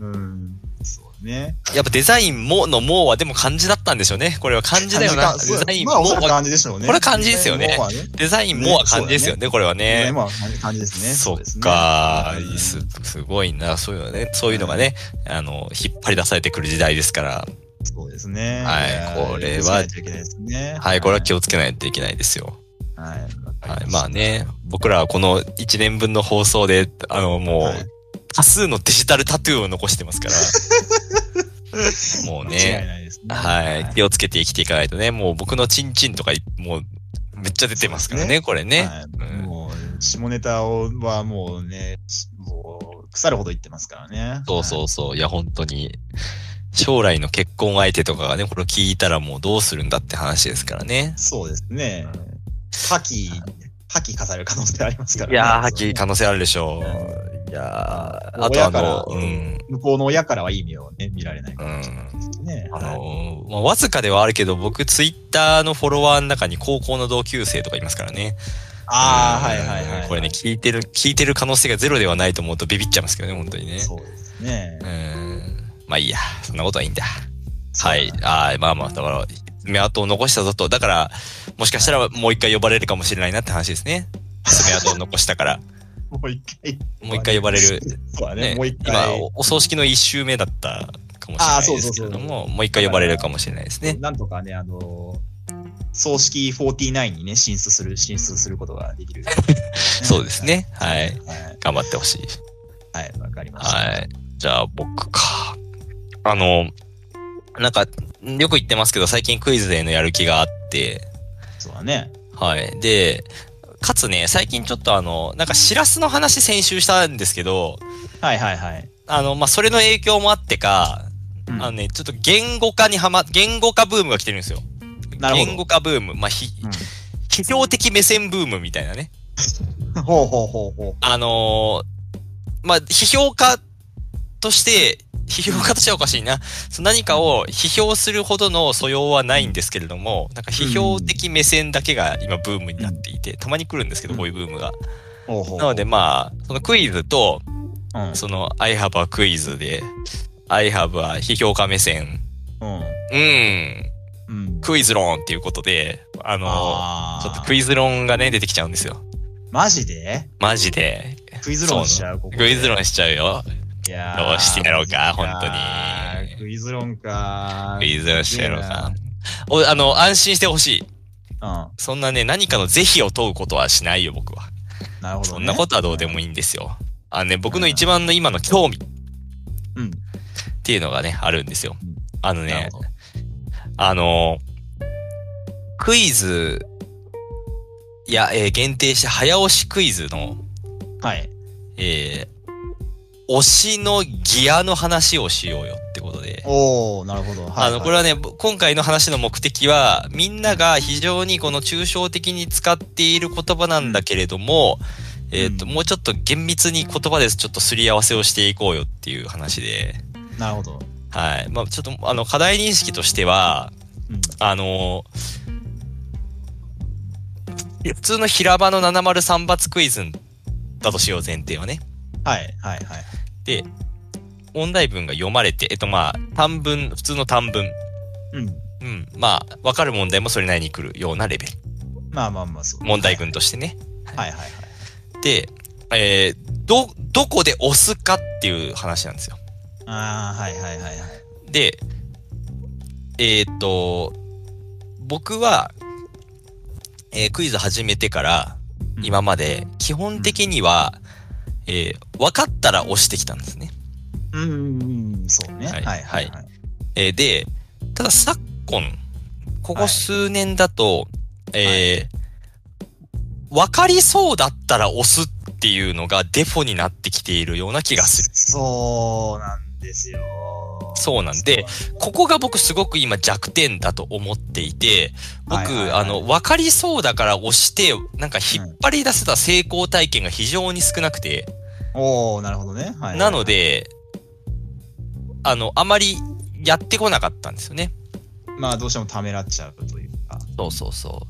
S1: うん、そうね。
S2: やっぱデザインものもはでも漢字だったんでしょうね。これは漢字だよな。
S1: 感
S2: デ
S1: じか
S2: ザイン
S1: まあ、
S2: も
S1: おそらく
S2: は、
S1: 感じでしょうね。
S2: これ漢字ですよね
S1: もうはね
S2: デザインもは漢字ですよね、これはね。
S1: まあ、感じですね。
S2: そ
S1: です
S2: っ
S1: ね
S2: か、
S1: うん
S2: いいすすごいな、そういうのね、そういうのがね、あの、引っ張り出されてくる時代ですから、
S1: そうですね。
S2: はい
S1: や
S2: これ
S1: 気
S2: は
S1: をつけないといけないですね。
S2: はい、これは気をつけないといけないですよ。
S1: はい。
S2: はい、まあね、僕らはこの1年分の放送で、あの、もう、
S1: はい
S2: 多数のデジタルタトゥーを残してま すから、もう
S1: 間違い
S2: ね、
S1: ないですね。
S2: はい、気をつけて生きていかないとね、もう僕のチンチンとか、もう、めっちゃ出てますからね、これね。
S1: はい
S2: うん
S1: もう、下ネタをはもうね、しもう、腐るほど言ってますからね。
S2: そうそうそう。いや、本当に。将来の結婚相手とかがね、これを聞いたらもうどうするんだって話ですからね。
S1: そうですね。破棄、破棄化される可能性ありますからね。
S2: いやー、はっきり可能性あるでしょう。いやー、あとあ
S1: 親から
S2: の、うん。
S1: 向こうの親からはいい目をね、見られないか
S2: う
S1: ら
S2: ん。
S1: ね。
S2: あ
S1: はい
S2: のーまあ、わずかではあるけど、僕、ツイッターのフォロワーの中に高校の同級生とかいますからね。
S1: ああ、はい
S2: うん
S1: はいはい。
S2: これね、聞いてる、聞いてる可能性がゼロではないと思うとビビっちゃいますけどね、本当にね。
S1: そうですね
S2: う。ん。まあいいや。そんなことはいいんだ。は
S1: そう
S2: い
S1: だね。。
S2: あーまあまあ、だから、爪痕を残したぞと。だから、もしかしたらもう一回呼ばれるかもしれないなって話ですね。爪痕を残したから。
S1: もう一回。
S2: もう一回呼ばれる。。
S1: そうだね。
S2: ね、
S1: もう一
S2: 今
S1: 回。
S2: お、お葬式の一周目だったかもしれないですけ
S1: あーそ
S2: れど
S1: うそう
S2: も、もう一回呼ばれるかもしれないですね。
S1: なんとかね、あの、葬式49にね、進出する、進出することができる。
S2: そうですね。は
S1: はい
S2: い。。頑張ってほしい。
S1: はい、わかりました。
S2: はい。じゃあ、僕か。あの、なんか、よく言ってますけど、最近クイズへのやる気があって、
S1: そうだね。
S2: はい。で、かつね、最近ちょっとあの、なんかシラスの話先週したんですけど、
S1: はいはいはい。
S2: あの、まあ、それの影響もあってか、
S1: うん
S2: あのね、ちょっと言語化にはま、言語化ブームが来てるんですよ。
S1: なるほど
S2: 言語化ブーム。まあ、ひ、
S1: うん
S2: 批評的目線ブームみたいなね。
S1: ほうほうほうほう。
S2: あのーまあ、批評家として、批評家としてはおかしいな。そう何かを批評するほどの素養はないんですけれども、なんか批評的目線だけが今ブームになっていて、たまに来るんですけど、こういうブームが。
S1: ほうほう
S2: なので、まあ、そのクイズと、
S1: うん。
S2: その I have a クイズで、I have a 批評家目線、うん、
S1: うん。うん。
S2: クイズ論っていうことで、あの、
S1: あー
S2: ちょっとクイズ論がね、出てきちゃうんですよ。
S1: マジで
S2: マジで。
S1: クイズ論しちゃう、ここで
S2: クイズ論しちゃうよ。
S1: いやー
S2: どうしてやろうか本当に
S1: いやークイズ論か。
S2: クイズ論しちゃうのか
S1: す。
S2: お、あの、安心してほしい。
S1: げえな。
S2: そんなね、何かの是非を問うことはしないよ、僕は。
S1: うん。なるほど、ね。
S2: そんなことはどうでもいいんですよ。あのね、僕の一番の今の興味っ
S1: うん。
S2: ていうのがね、あるんですよ
S1: うん。
S2: あの
S1: なる
S2: ね、
S1: ほど
S2: あの、クイズ、いや、えー限定して早押しクイズの、
S1: はい。
S2: えー推しのギアの話をしようよってことで。
S1: おー、なるほど。はい、
S2: あの、これはね、ぼ今回の話の目的は、みんなが非常にこの抽象的に使っている言葉なんだけれども、えっ、と、
S1: うん
S2: もうちょっと厳密に言葉でちょっとすり合わせをしていこうよっていう話で、
S1: なるほど。
S2: はい。まあちょっと、あの、課題認識としては、
S1: うん。
S2: あのいや普通の平場の703罰クイズだとしよう前提はね。
S1: はい、はい、はい。
S2: で、問題文が読まれて、えっとまあ、短文、普通の短文。
S1: うん。
S2: うん。まあ、わかる問題もそれなりに来るようなレベル。
S1: まあまあまあ、そう。
S2: 問題群としてね。
S1: はい、はい、はい。
S2: で、えーど、どこで押すかっていう話なんですよ。
S1: ああ、はい、はい、はい。はい
S2: で、えーっと、僕は、えークイズ始めてから、
S1: うん
S2: 今まで、基本的には、えー分かったら押してきたんですね。
S1: うんうん、うん、そうね。
S2: は
S1: はいい、はい、はい。はい
S2: えーで、ただ昨今、ここ数年だと、えー分かりそうだったら押すっていうのがデフォになってきているような気がする。
S1: そうなんですよ。
S2: そうなんで、ここが僕すごく今弱点だと思っていて、
S1: は
S2: 僕、
S1: いはいはい
S2: あの、分かりそうだから押して、なんか引っ張り出せた成功体験が非常に少なくて、
S1: おおなるほどね。はい。
S2: なの、で、あの、あまりやってこなかったんですよね。
S1: まあ、どうしてもためらっちゃうというか。
S2: そうそうそ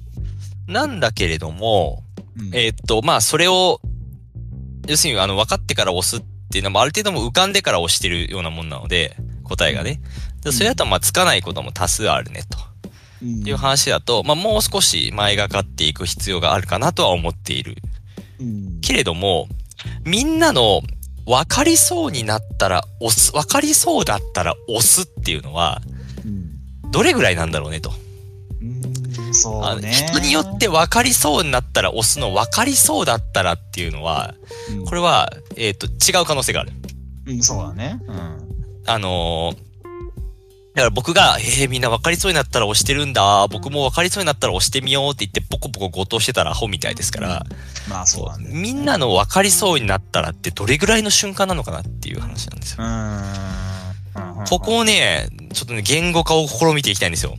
S2: う。なんだけれども、
S1: うん、
S2: えーっと、まあ、それを、要するに、あの、分かってから押すっていうのも、ある程度もう浮かんでから押してるようなもんなので、答えがね。でそれだと、まあ、つかないことも多数あるね、と
S1: うん
S2: いう話だと、まあ、もう少し前がかっていく必要があるかなとは思っている。
S1: うん
S2: けれども、みんなの分かりそうになったら押す、分かりそうだったら押すっていうのは、
S1: うん
S2: どれぐらいなんだろうねと。
S1: うん
S2: あ
S1: そう
S2: の
S1: ね。
S2: 人によって分かりそうになったら押すの、分かりそうだったらっていうのは、
S1: うん、
S2: これは、えっ、と、違う可能性がある。
S1: うん、そうだね。うん。
S2: あのーだから僕が、えー、みんな分かりそうになったら押してるんだ、僕も分かりそうになったら押してみようって言って、ポコポコ誤答してたらアホみたいですから、
S1: まあそうだね。
S2: みんなの分かりそうになったらってどれぐらいの瞬間なのかなっていう話なんですよ。
S1: うん。うん
S2: ここをね、ちょっとね、言語化を試みていきたいんですよ。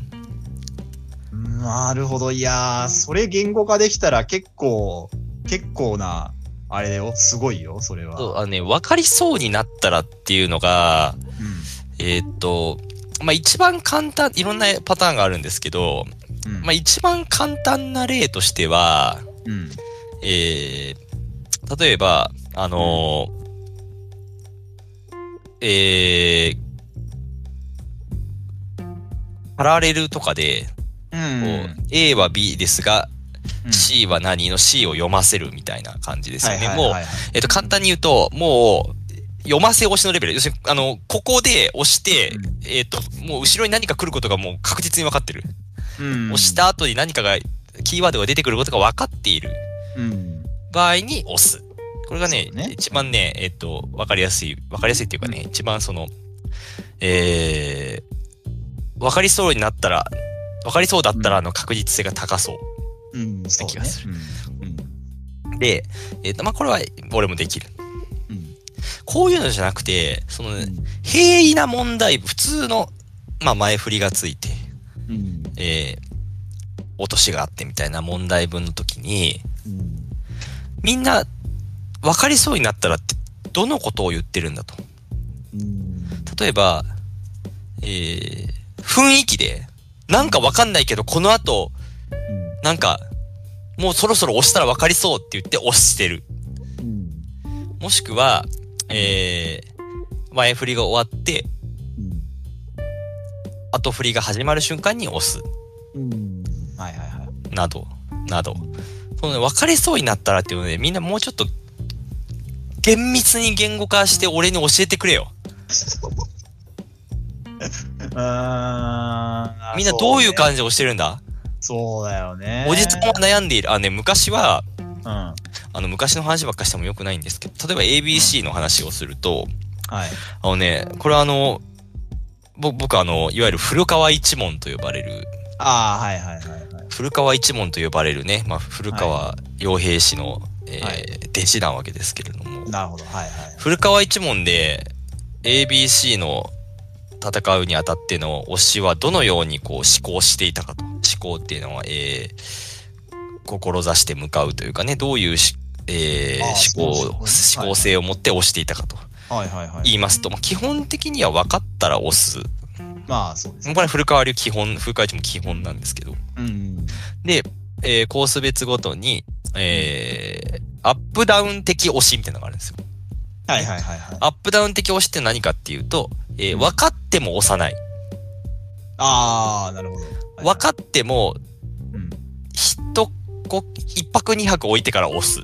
S1: うんなるほど。いやー、それ言語化できたら結構、結構な、あれよ、すごいよ、それは。
S2: そうあのね、分かりそうになったらっていうのが、
S1: う
S2: えーっと、まあ、一番簡単、いろんなパターンがあるんですけど、
S1: ん。うん。
S2: まあ、一番簡単な例としては、
S1: うん。
S2: えー、例えば、あのーえー、パラレルとかで、
S1: うん。
S2: こう A は B ですが、C は何の C を読ませるみたいな感じですよね。もう、えっと、簡単に言うと、もう、読ませ押しのレベル。要するに、あの、ここで押して、えっと、もう後ろに何か来ることがもう確実に分かってる。
S1: う、うん
S2: 押し。た後に何かが、キーワードが出てくることが分かっている
S1: うん。
S2: 場合に押す。これがね
S1: そう、ね
S2: 一番ね、えっと、分かりやすい、分かりやすいっていうかね、一番その、えー、分かりそうになったら、分かりそうだったらの確実性が高そう。
S1: うん。そう
S2: 気
S1: ね
S2: がす。
S1: うん。
S2: で、えっ、と、まあ、これは俺もできる。
S1: うん。
S2: こういうのじゃなくて、その、
S1: う
S2: ね
S1: ん
S2: 平易な問題、普通の、まあ、前振りがついて、
S1: うん。
S2: えー、落としがあってみたいな問題文の時に、
S1: うん。
S2: みんな、分かりそうになったらって、どのことを言ってるんだと。
S1: うん。
S2: 例えば、えー、雰囲気で、なんかわかんないけど、この後、なんか、もうそろそろ押したらわかりそうって言って押してる。
S1: うん。
S2: もしくは、えー、前振りが終わって、
S1: うん。
S2: 後振りが始まる瞬間に押す。
S1: うん。はいはいはい。
S2: など、など。そのね、分かれそうになったらっていうので、みんなもうちょっと、厳密に言語化して俺に教えてくれよ。
S1: あー
S2: みんなどういう感じで押してるんだ
S1: そうだよね。
S2: おじさんは悩んでいる。あ、ね、昔は、
S1: うん。は
S2: あの、昔の話ばっかしてもよくないんですけど、例えば ABC の話をすると、
S1: い。
S2: あのね、これはあの、ぼ僕あの、いわゆる古川一門と呼ばれる、
S1: ああ、はいはいはいはい。
S2: 古川一門と呼ばれるね、まあ、古川洋平氏の、えー
S1: はい
S2: 弟子なわけですけれども、
S1: なるほど。はいはい。
S2: 古川一門で ABC の戦うにあたっての推しはどのようにこう思考していたかと。思考っていうのは、えー、志して向かうというかね、どういうし、えー
S1: ああ
S2: 思考、
S1: そうですね
S2: 思考性を持って推していたかと
S1: はいはいはい。
S2: 言いますと、まあ、基本的には分かったら押す。
S1: まあ、そうですね。
S2: これ古川流基本、古川一門基本なんですけど。
S1: うん。
S2: で、えーコース別ごとに、えー、アップダウン的推しみたいなのがあるんですよ。
S1: はいはいはいはい。
S2: アップダウン的推しって何かっていうと、えー分かっても押さない。
S1: ああ、なるほど。
S2: 分かっても、
S1: うん。
S2: 一こ、一泊二泊置いてから押す。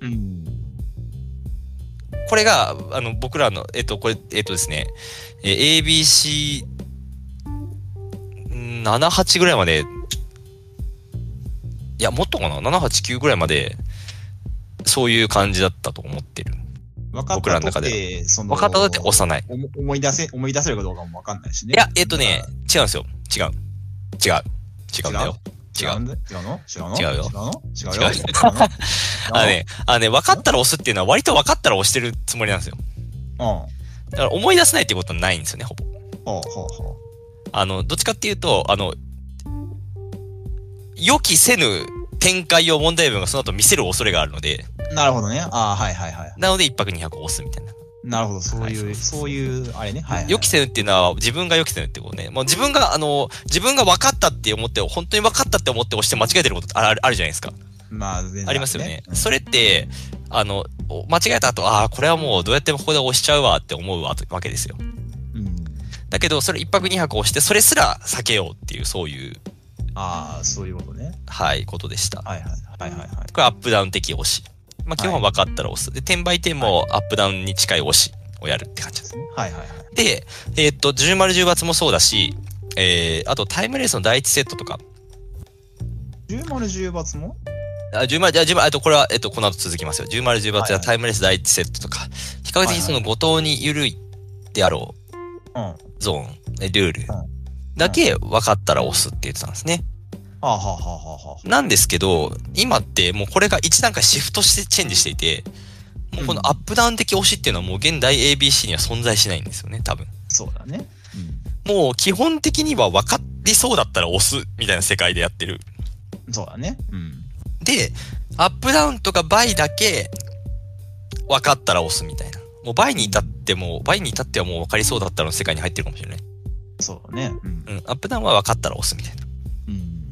S1: うん。
S2: これが、あの、僕らの、えっと、これ、えっとですね、えー ABC、んー7、8ぐらいまで、いや、もっとかな ?7、8、9ぐらいまで、そういう感じだったと思ってる。
S1: 分かっ
S2: 僕ら
S1: た
S2: の
S1: とっ
S2: 中
S1: て、その、
S2: 分かったとって押さない。
S1: 思思い出せ、思い出せるかどうかもわかんないしね。
S2: いや、えっとね、違うんですよ。違う。違う。違うんだよ。違
S1: 違
S2: う
S1: う。んだ。違うの違うの
S2: 違うよ
S1: 違うの違うよ。
S2: 違うよ
S1: 違う
S2: あのね、あのね、分かったら押すっていうのは割と分かったら押してるつもりなんですよ。
S1: の。
S2: だから思い出せないっていうことはないんですよね、ほぼ。
S1: うん。ほうほうほ
S2: あの、どっちかっていうと、あの、予期せぬ展開を問題文がその後見せる恐れがあるので、
S1: う。なるほどね。ああ、はいはいはい。
S2: なので一泊二泊押すみたいな。
S1: なるほど。そういう、
S2: はい
S1: そういう、あれね。はい、はい。
S2: 予期せぬっていうのは自分が予期せぬってことね。もう自分が、あの、自分が分かったって思って、本当に分かったって思って押して間違えてることってあるあるじゃないですか。
S1: まあ、全然
S2: ありますよね。
S1: うん
S2: それって、あの、お間違えた後、ああ、これはもうどうやってもここで押しちゃうわって思うわとわけですよ。
S1: うん。
S2: だけど、それ1泊2泊をして、それすら避けようっていう、そういう、
S1: ああ、そういうことね。
S2: はい、ことでした。
S1: はいはいはいはいはい。
S2: これアップダウン的押し。まあ、基本は分かったら押す。で、転売店もアップダウンに近い押しをやるって感じです。
S1: はいはいはい。
S2: で、えーっと、10丸10罰もそうだし、えー、あとタイムレースの第1セットとか、
S1: 10丸10罰も
S2: あ10丸、あ10丸、あとこれは、えっと、この後続きますよ。10丸10罰や
S1: はいはい
S2: タイムレース第1セットとか、比較
S1: はい
S2: 的
S1: はい
S2: その後藤に緩いであろ
S1: うん。は
S2: うゾーン、えルール
S1: うん
S2: だけ分かったら押すって言ってたんですね。
S1: あはあはあはあは
S2: なんですけど、今ってもうこれが1段階シフトしてチェンジしていて、もうこのアップダウン的推しっていうのはもう現代 ABC には存在しないんですよね、多分。
S1: あ。そうだね。
S2: もう基本的には分かりそうだったら押すみたいな世界でやってる。
S1: うん。そうだね。うん。
S2: で、アップダウンとか倍だけ分かったら押すみたいな。もう倍に至っても、倍に至ってはもう分かりそうだったらの世界に入ってるかもしれない。
S1: そうだね。うん。
S2: うん、アップダウンは分かったら押すみたいな。
S1: うん。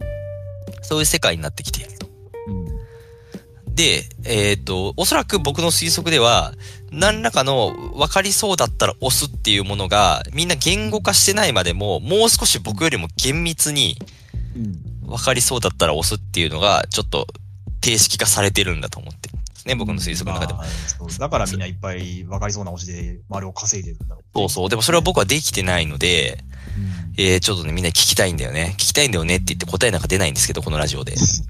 S2: そういう世界になってきていると。
S1: うん。
S2: で、えっ、と、おそらく僕の推測では、何らかの分かりそうだったら押すっていうものが、みんな言語化してないまでも、もう少し僕よりも厳密に
S1: うん。
S2: 分かりそうだったら押すっていうのが、ちょっと定式化されてるんだと思ってるんですね、僕の推測の中でも。
S1: まあそうだからみんないっぱい分かりそうな推しで丸を稼いでるんだろう。
S2: そうそう。でもそれは僕はできてないので、
S1: うん
S2: えー、ちょっとね、みんな聞きたいんだよね。聞きたいんだよねって言って答えなんか出ないんですけど、このラジ オで。そ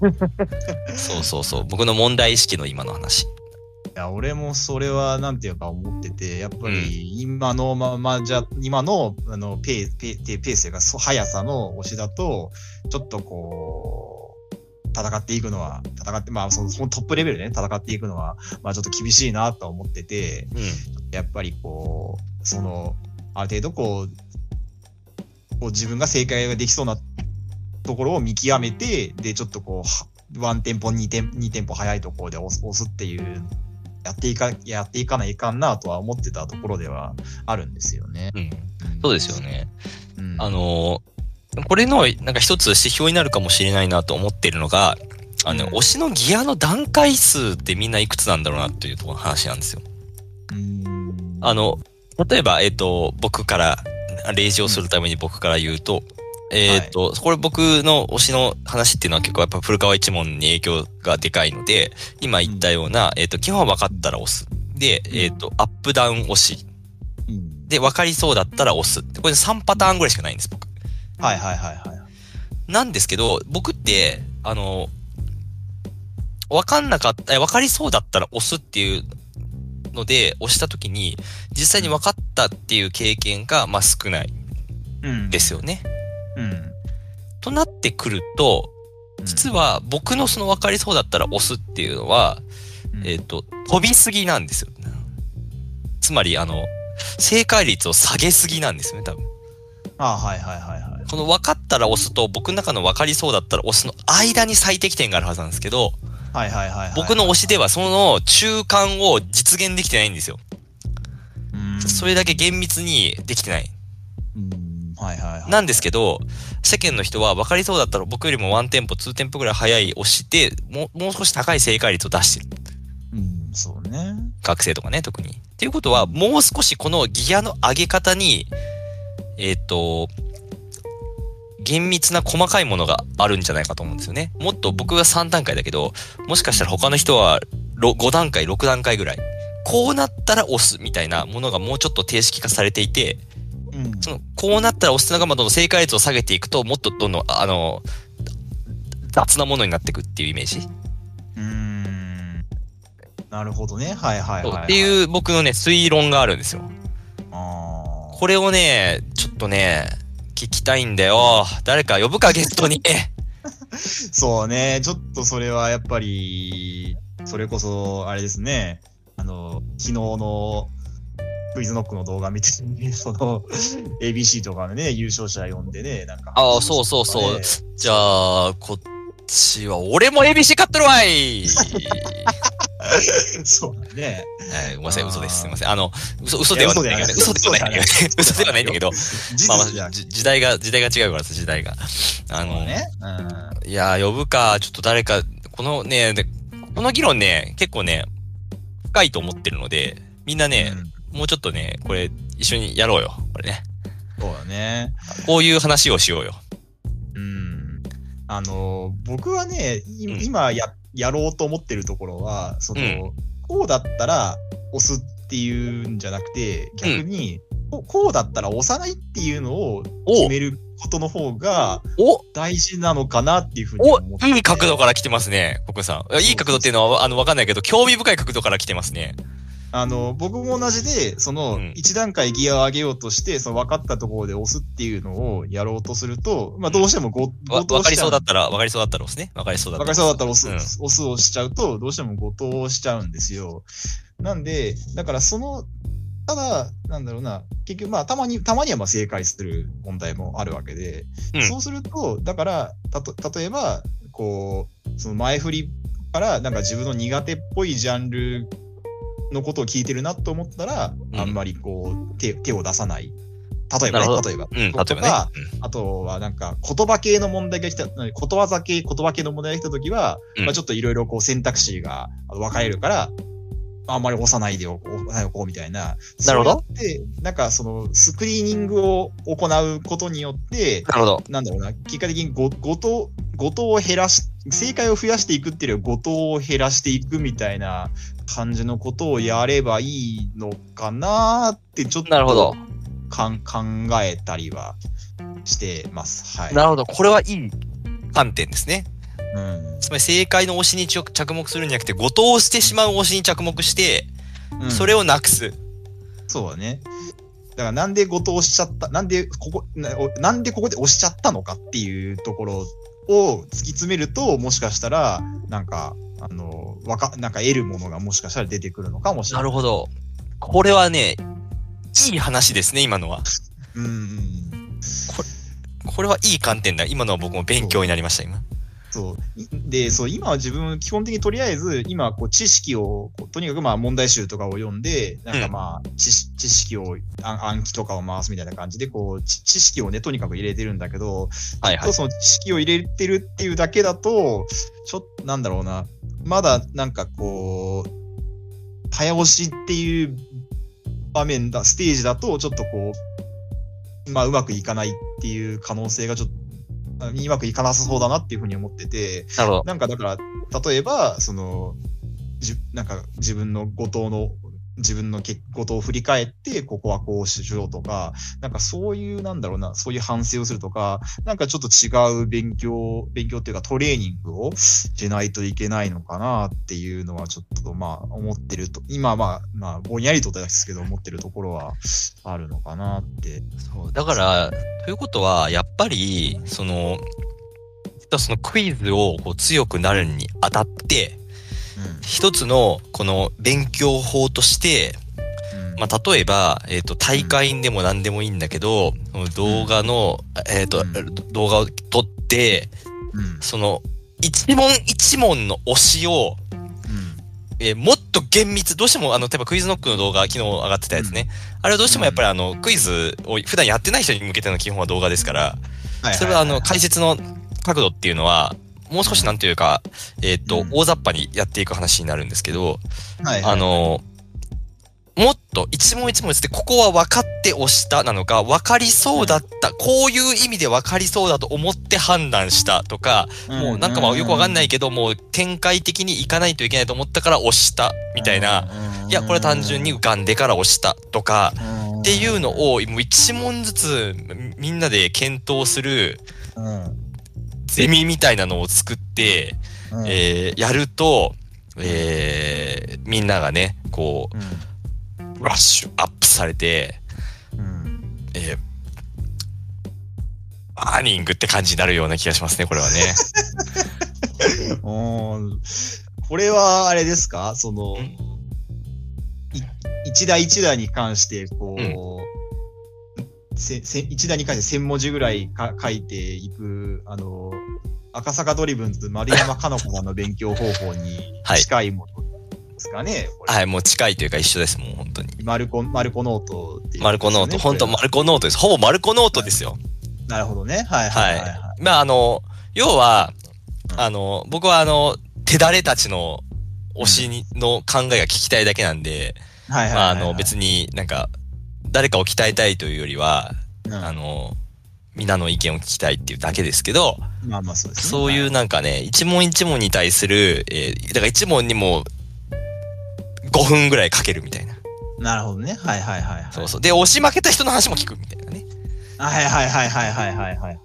S2: うそうそう。僕の問題意識の今の話。
S1: いや、俺もそれは、なんていうか思ってて、やっぱり今のままじゃ、今の、あの、ペー、ペー、ペーペースが、そう速さの推しだと、ちょっとこう、戦っていくのは、戦って、まあ、そのそのトップレベルでね、戦っていくのは、まあ、ちょっと厳しいなとは思ってて、
S2: うん。
S1: やっぱりこう、その、ある程度こう、こう自分が正解ができそうなところを見極めて、で、ちょっとこうは、ワンテンポ、2テン二テンポ早いところで押す押すっていう、やっていか、やっていかないかんなとは思ってたところではあるんですよね。
S2: うん。そうですよね。
S1: うん。
S2: あのーこれの、なんか一つ指標になるかもしれないなと思ってるのが、あの、
S1: うん
S2: 推しのギアの段階数ってみんないくつなんだろうなっていうところの話なんですよ。
S1: うん、
S2: あの、例えば、えっ、と、僕から、例示をするために僕から言うと、えっ、と、これ僕の推しの話っていうのは結構やっぱ古川一門に影響がでかいので、今言ったような、えっ、と、基本は分かったら押す。で、えっ、と、アップダウン押し。
S1: うん、
S2: で、分かりそうだったら押す。これ3パターンぐらいしかないんです、僕。
S1: はいはいはいはい。
S2: なんですけど、僕って、あの、わかんなかった、えわかりそうだったら押すっていうので、押したときに、実際に分かったっていう経験が、まあ少ない
S1: うん。
S2: ですよね。
S1: うん。
S2: となってくると、実
S1: は、
S2: は僕のその分かりそうだったら押すっていうのは、
S1: うん
S2: えっ、と、飛びすぎなんですよ。つまり、あの、正解率を下げすぎなんですよね、多分。
S1: あはいはいはいはい。
S2: この分かったら押すと、僕の中の分かりそうだったら押すの間に最適点があるはずなんですけど、
S1: はいはいはい、はい。
S2: 僕の推しではその中間を実現できてないんですよ。
S1: うん、
S2: それだけ厳密にできてない。
S1: うん、はいはいはい。
S2: なんですけど、世間の人は分かりそうだったら僕よりもワンテンポ、ツーテンポぐらい早い推しで、もうもう少し高い正解率を出してる。
S1: うん、そうね。
S2: 学生とかね、特に。っていうことは、もう少しこのギアの上げ方に、えっ、と、厳密な細かいものがあるんじゃないかと思うんですよね。もっと僕は3段階だけど、もしかしたら他の人はろ5段階、6段階ぐらい。こうなったら押すみたいなものがもうちょっと定式化されていて、
S1: うん。
S2: その、こうなったら押すのがまあどんどん正解率を下げていくと、もっとどんどん、ああの、雑なものになっていくっていうイメージ。
S1: うーんなるほどね。はいはいはい、
S2: そう
S1: はい。
S2: って
S1: う。
S2: いう僕のね、推論があるんですよ。
S1: あー
S2: これをね、ちょっとね、聞きたいんだよ。誰か呼ぶか、ゲストに。
S1: そうね。ちょっとそれはやっぱり、それこそ、あれですね。あの、昨日のクイズノックの動画見て、 その、ABC とかのね、優勝者呼んでね、なんか。
S2: ああ、そうそうそう。
S1: ね
S2: じゃあ、こっちは、俺も ABC 買ってるわい、
S1: そうだね。
S2: えーごめんなさい、
S1: あー
S2: 嘘です。すいません。あの、嘘、嘘ではないんだけどね。
S1: いや
S2: 嘘
S1: 嘘
S2: で
S1: では
S2: はな
S1: ないい
S2: んだけど。嘘ではないんだけど。まあま
S1: 事実じゃ
S2: あ、
S1: ん。
S2: じ時代が、時代が違うからさ、時代が。あ
S1: そう
S2: の、
S1: ね。うん。
S2: いやー、呼ぶか、ちょっと誰か、このね、でこの議論ね、結構ね、深いと思ってるので、みんなね、もうちょっとね、これ、一緒にやろうよ。これね。
S1: そうだね。
S2: こういう話をしようよ。
S1: うん。あの、僕はね、い
S2: うん
S1: 今ややろうと思ってるところは、その、
S2: うん
S1: こうだったら押すっていうんじゃなくて、逆に、ここうだったら押さないっていうのを決めることの方が
S2: お
S1: 大事なのかなっていうふうに
S2: お
S1: 思って。
S2: いい角度から来てますね、国さん。いい角度っていうのは、あの、わかんないけど、興味深い角度から来てますね。
S1: あの、僕も同じで、その
S2: うん、
S1: 一段階ギアを上げようとして、その分かったところで押すっていうのをやろうとすると、まあどうしてもご、
S2: わ、
S1: ご
S2: わかりそうだ
S1: っ
S2: ったら、わかりそうだったらですね。わかりそうだった
S1: 分
S2: ら
S1: かり
S2: 押す。
S1: そうだったら押す、
S2: うん
S1: 押すをしちゃうと、どうしても誤答しちゃうんですよ。なんで、だからその、ただ、なんだろうな、結局、まあ、たまに、たまにはまあ正解する問題もあるわけで、
S2: うん
S1: そうすると、だから、たと、例えば、こう、その前振りから、なんか自分の苦手っぽいジャンルのことを聞いてるなと思ったら、
S2: うん
S1: あんまりこう、手、手を出さない。例えば
S2: なるほ
S1: ね、
S2: ど
S1: 例えば。
S2: うん、例え
S1: と
S2: ばね
S1: か、。あとはなんか言葉系の問題が来た、ことわざ系、言葉系の問題が来たときは、
S2: うん
S1: まあちょっといろいろこう選択肢があの分かれるから、あんまり押さないでおこう、押さないでおこうみたいな。
S2: なるほど
S1: そうやって、なんかそのスクリーニングを行うことによって、
S2: なるほど。
S1: なんだろうな、結果的にご、ごと、ごとを減らし、正解を増やしていくっていうよりは、ごとを減らしていくみたいな感じのことをやればいいのかなーって、ちょっと。
S2: なるほど。
S1: かん考えたりはしてます。はい。
S2: なるほど。これはいい観点ですね。
S1: うん
S2: つまり正解の推しにちょ着目するんじゃなくて、誤答してしまう推しに着目して、
S1: うん
S2: それをなくす。
S1: そうだね。だからなんで後藤しちゃった、なんでここ、なおなんでここで押しちゃったのかっていうところを突き詰めると、もしかしたら、なんか、あの、わか、なんか得るものがもしかしたら出てくるのかもしれな。
S2: ないるほど。これはね、いい話ですね、今のは。
S1: うんうん。
S2: これはいい観点だ。今のは僕も勉強になりました、今。
S1: そう。いで、そう、今は自分、基本的にとりあえず、今、こう、知識を、こうとにかくまあ、問題集とかを読んで、なんかまあ、知識知識を、暗暗記とかを回すみたいな感じで、こう、知知識をね、とにかく入れてるんだけど、
S2: はい
S1: ちょっと。その知識を入れてるっていうだけだと、ちょっと、なんだろうな、まだなんかこう、早押しっていう場面だ、ステージだと、ちょっとこう、まあ、うまくいかないっていう可能性がちょっと、あうまくいかなさそうだなっていうふうに思ってて、
S2: なるほど。
S1: なんかだから、例えば、その、じなんか自分の後藤の、自分の結後藤を振り返って、ここはこうしようとか、なんかそういう、なんだろうな、そういう反省をするとか、なんかちょっと違う勉強、勉強っていうかトレーニングをしないといけないのかなっていうのは、ちょっとまあ思ってると、今はまあ、まあ、ぼんやりとですけど、思ってるところはあるのかなって。
S2: そうだから、ということは、やっぱり、その、実はそのクイズをこう強くなるにあたって、一つのこの勉強法として、
S1: うん。うん
S2: まあ、例えば、えっ、と、大会でも何でもいいんだけど、その動画の、えっ、と、
S1: うん
S2: 動画を撮って、
S1: うん。うん
S2: その、一問一問の推しを、えーもっと厳密、どうしても、あの、例えばクイズノックの動画、昨日上がってたやつね。あれはどうしてもやっぱりあの、クイズを普段やってない人に向けての基本は動画ですから、
S1: いいい
S2: それはあの、解説の角度っていうのは、もう少しなんというか、えっと
S1: うん、
S2: 大雑把にやっていく話になるんですけど、
S1: はいはい
S2: あの、もっと一問一問つって、ここは分かって押したなのか、分かりそうだった、こういう意味で分かりそうだと思って判断したとか、もうなんかまあよくわかんないけど、もう展開的に行かないといけないと思ったから押したみたいな。
S1: うん。
S2: いや、これは単純に浮かんでから押したとか、
S1: っ
S2: っていうのを、もう一問ずつみんなで検討するゼミみたいなのを作って、えーやると、えーみんながね、こう、ラッシュアップされて、えーアーニングって感じになるような気がしますね、これ はね。
S1: これはあれですかその
S2: うん、
S1: い一台一台に関して、こう、せせ一台に関して1000文字ぐらいか書いていく、あの、赤坂ドリブンズ丸山かの子さんの勉強方法に
S2: はい
S1: 近いものですかね、これ
S2: はい、もう近いというか一緒です、もう本当に。
S1: マルコ、マルコノートっていう
S2: マルコノート、
S1: こ
S2: 本
S1: れ
S2: 当マルコノートです。ほぼマルコノートですよ。
S1: なるほどね。はいはいはいはい。
S2: まあ、あの、要は、
S1: うん
S2: あの、僕はあの、手だれたちの推しにの考えが聞きたいだけなんで、
S1: はいはいはいはい
S2: まあ、あの、別になんか、誰かを鍛えたいというよりは、
S1: うん
S2: あの、皆の意見を聞きたいっていうだけですけど、
S1: まあまあそうですね。
S2: そういうなんかね、一問一問に対する、えーだから一問にも5分ぐらいかけるみたいな。
S1: なるほどね。はいはいはいはい。
S2: そうそう。で、押し負けた人の話も聞くみたいなね。
S1: はいはいはいはいはいはいはいはい。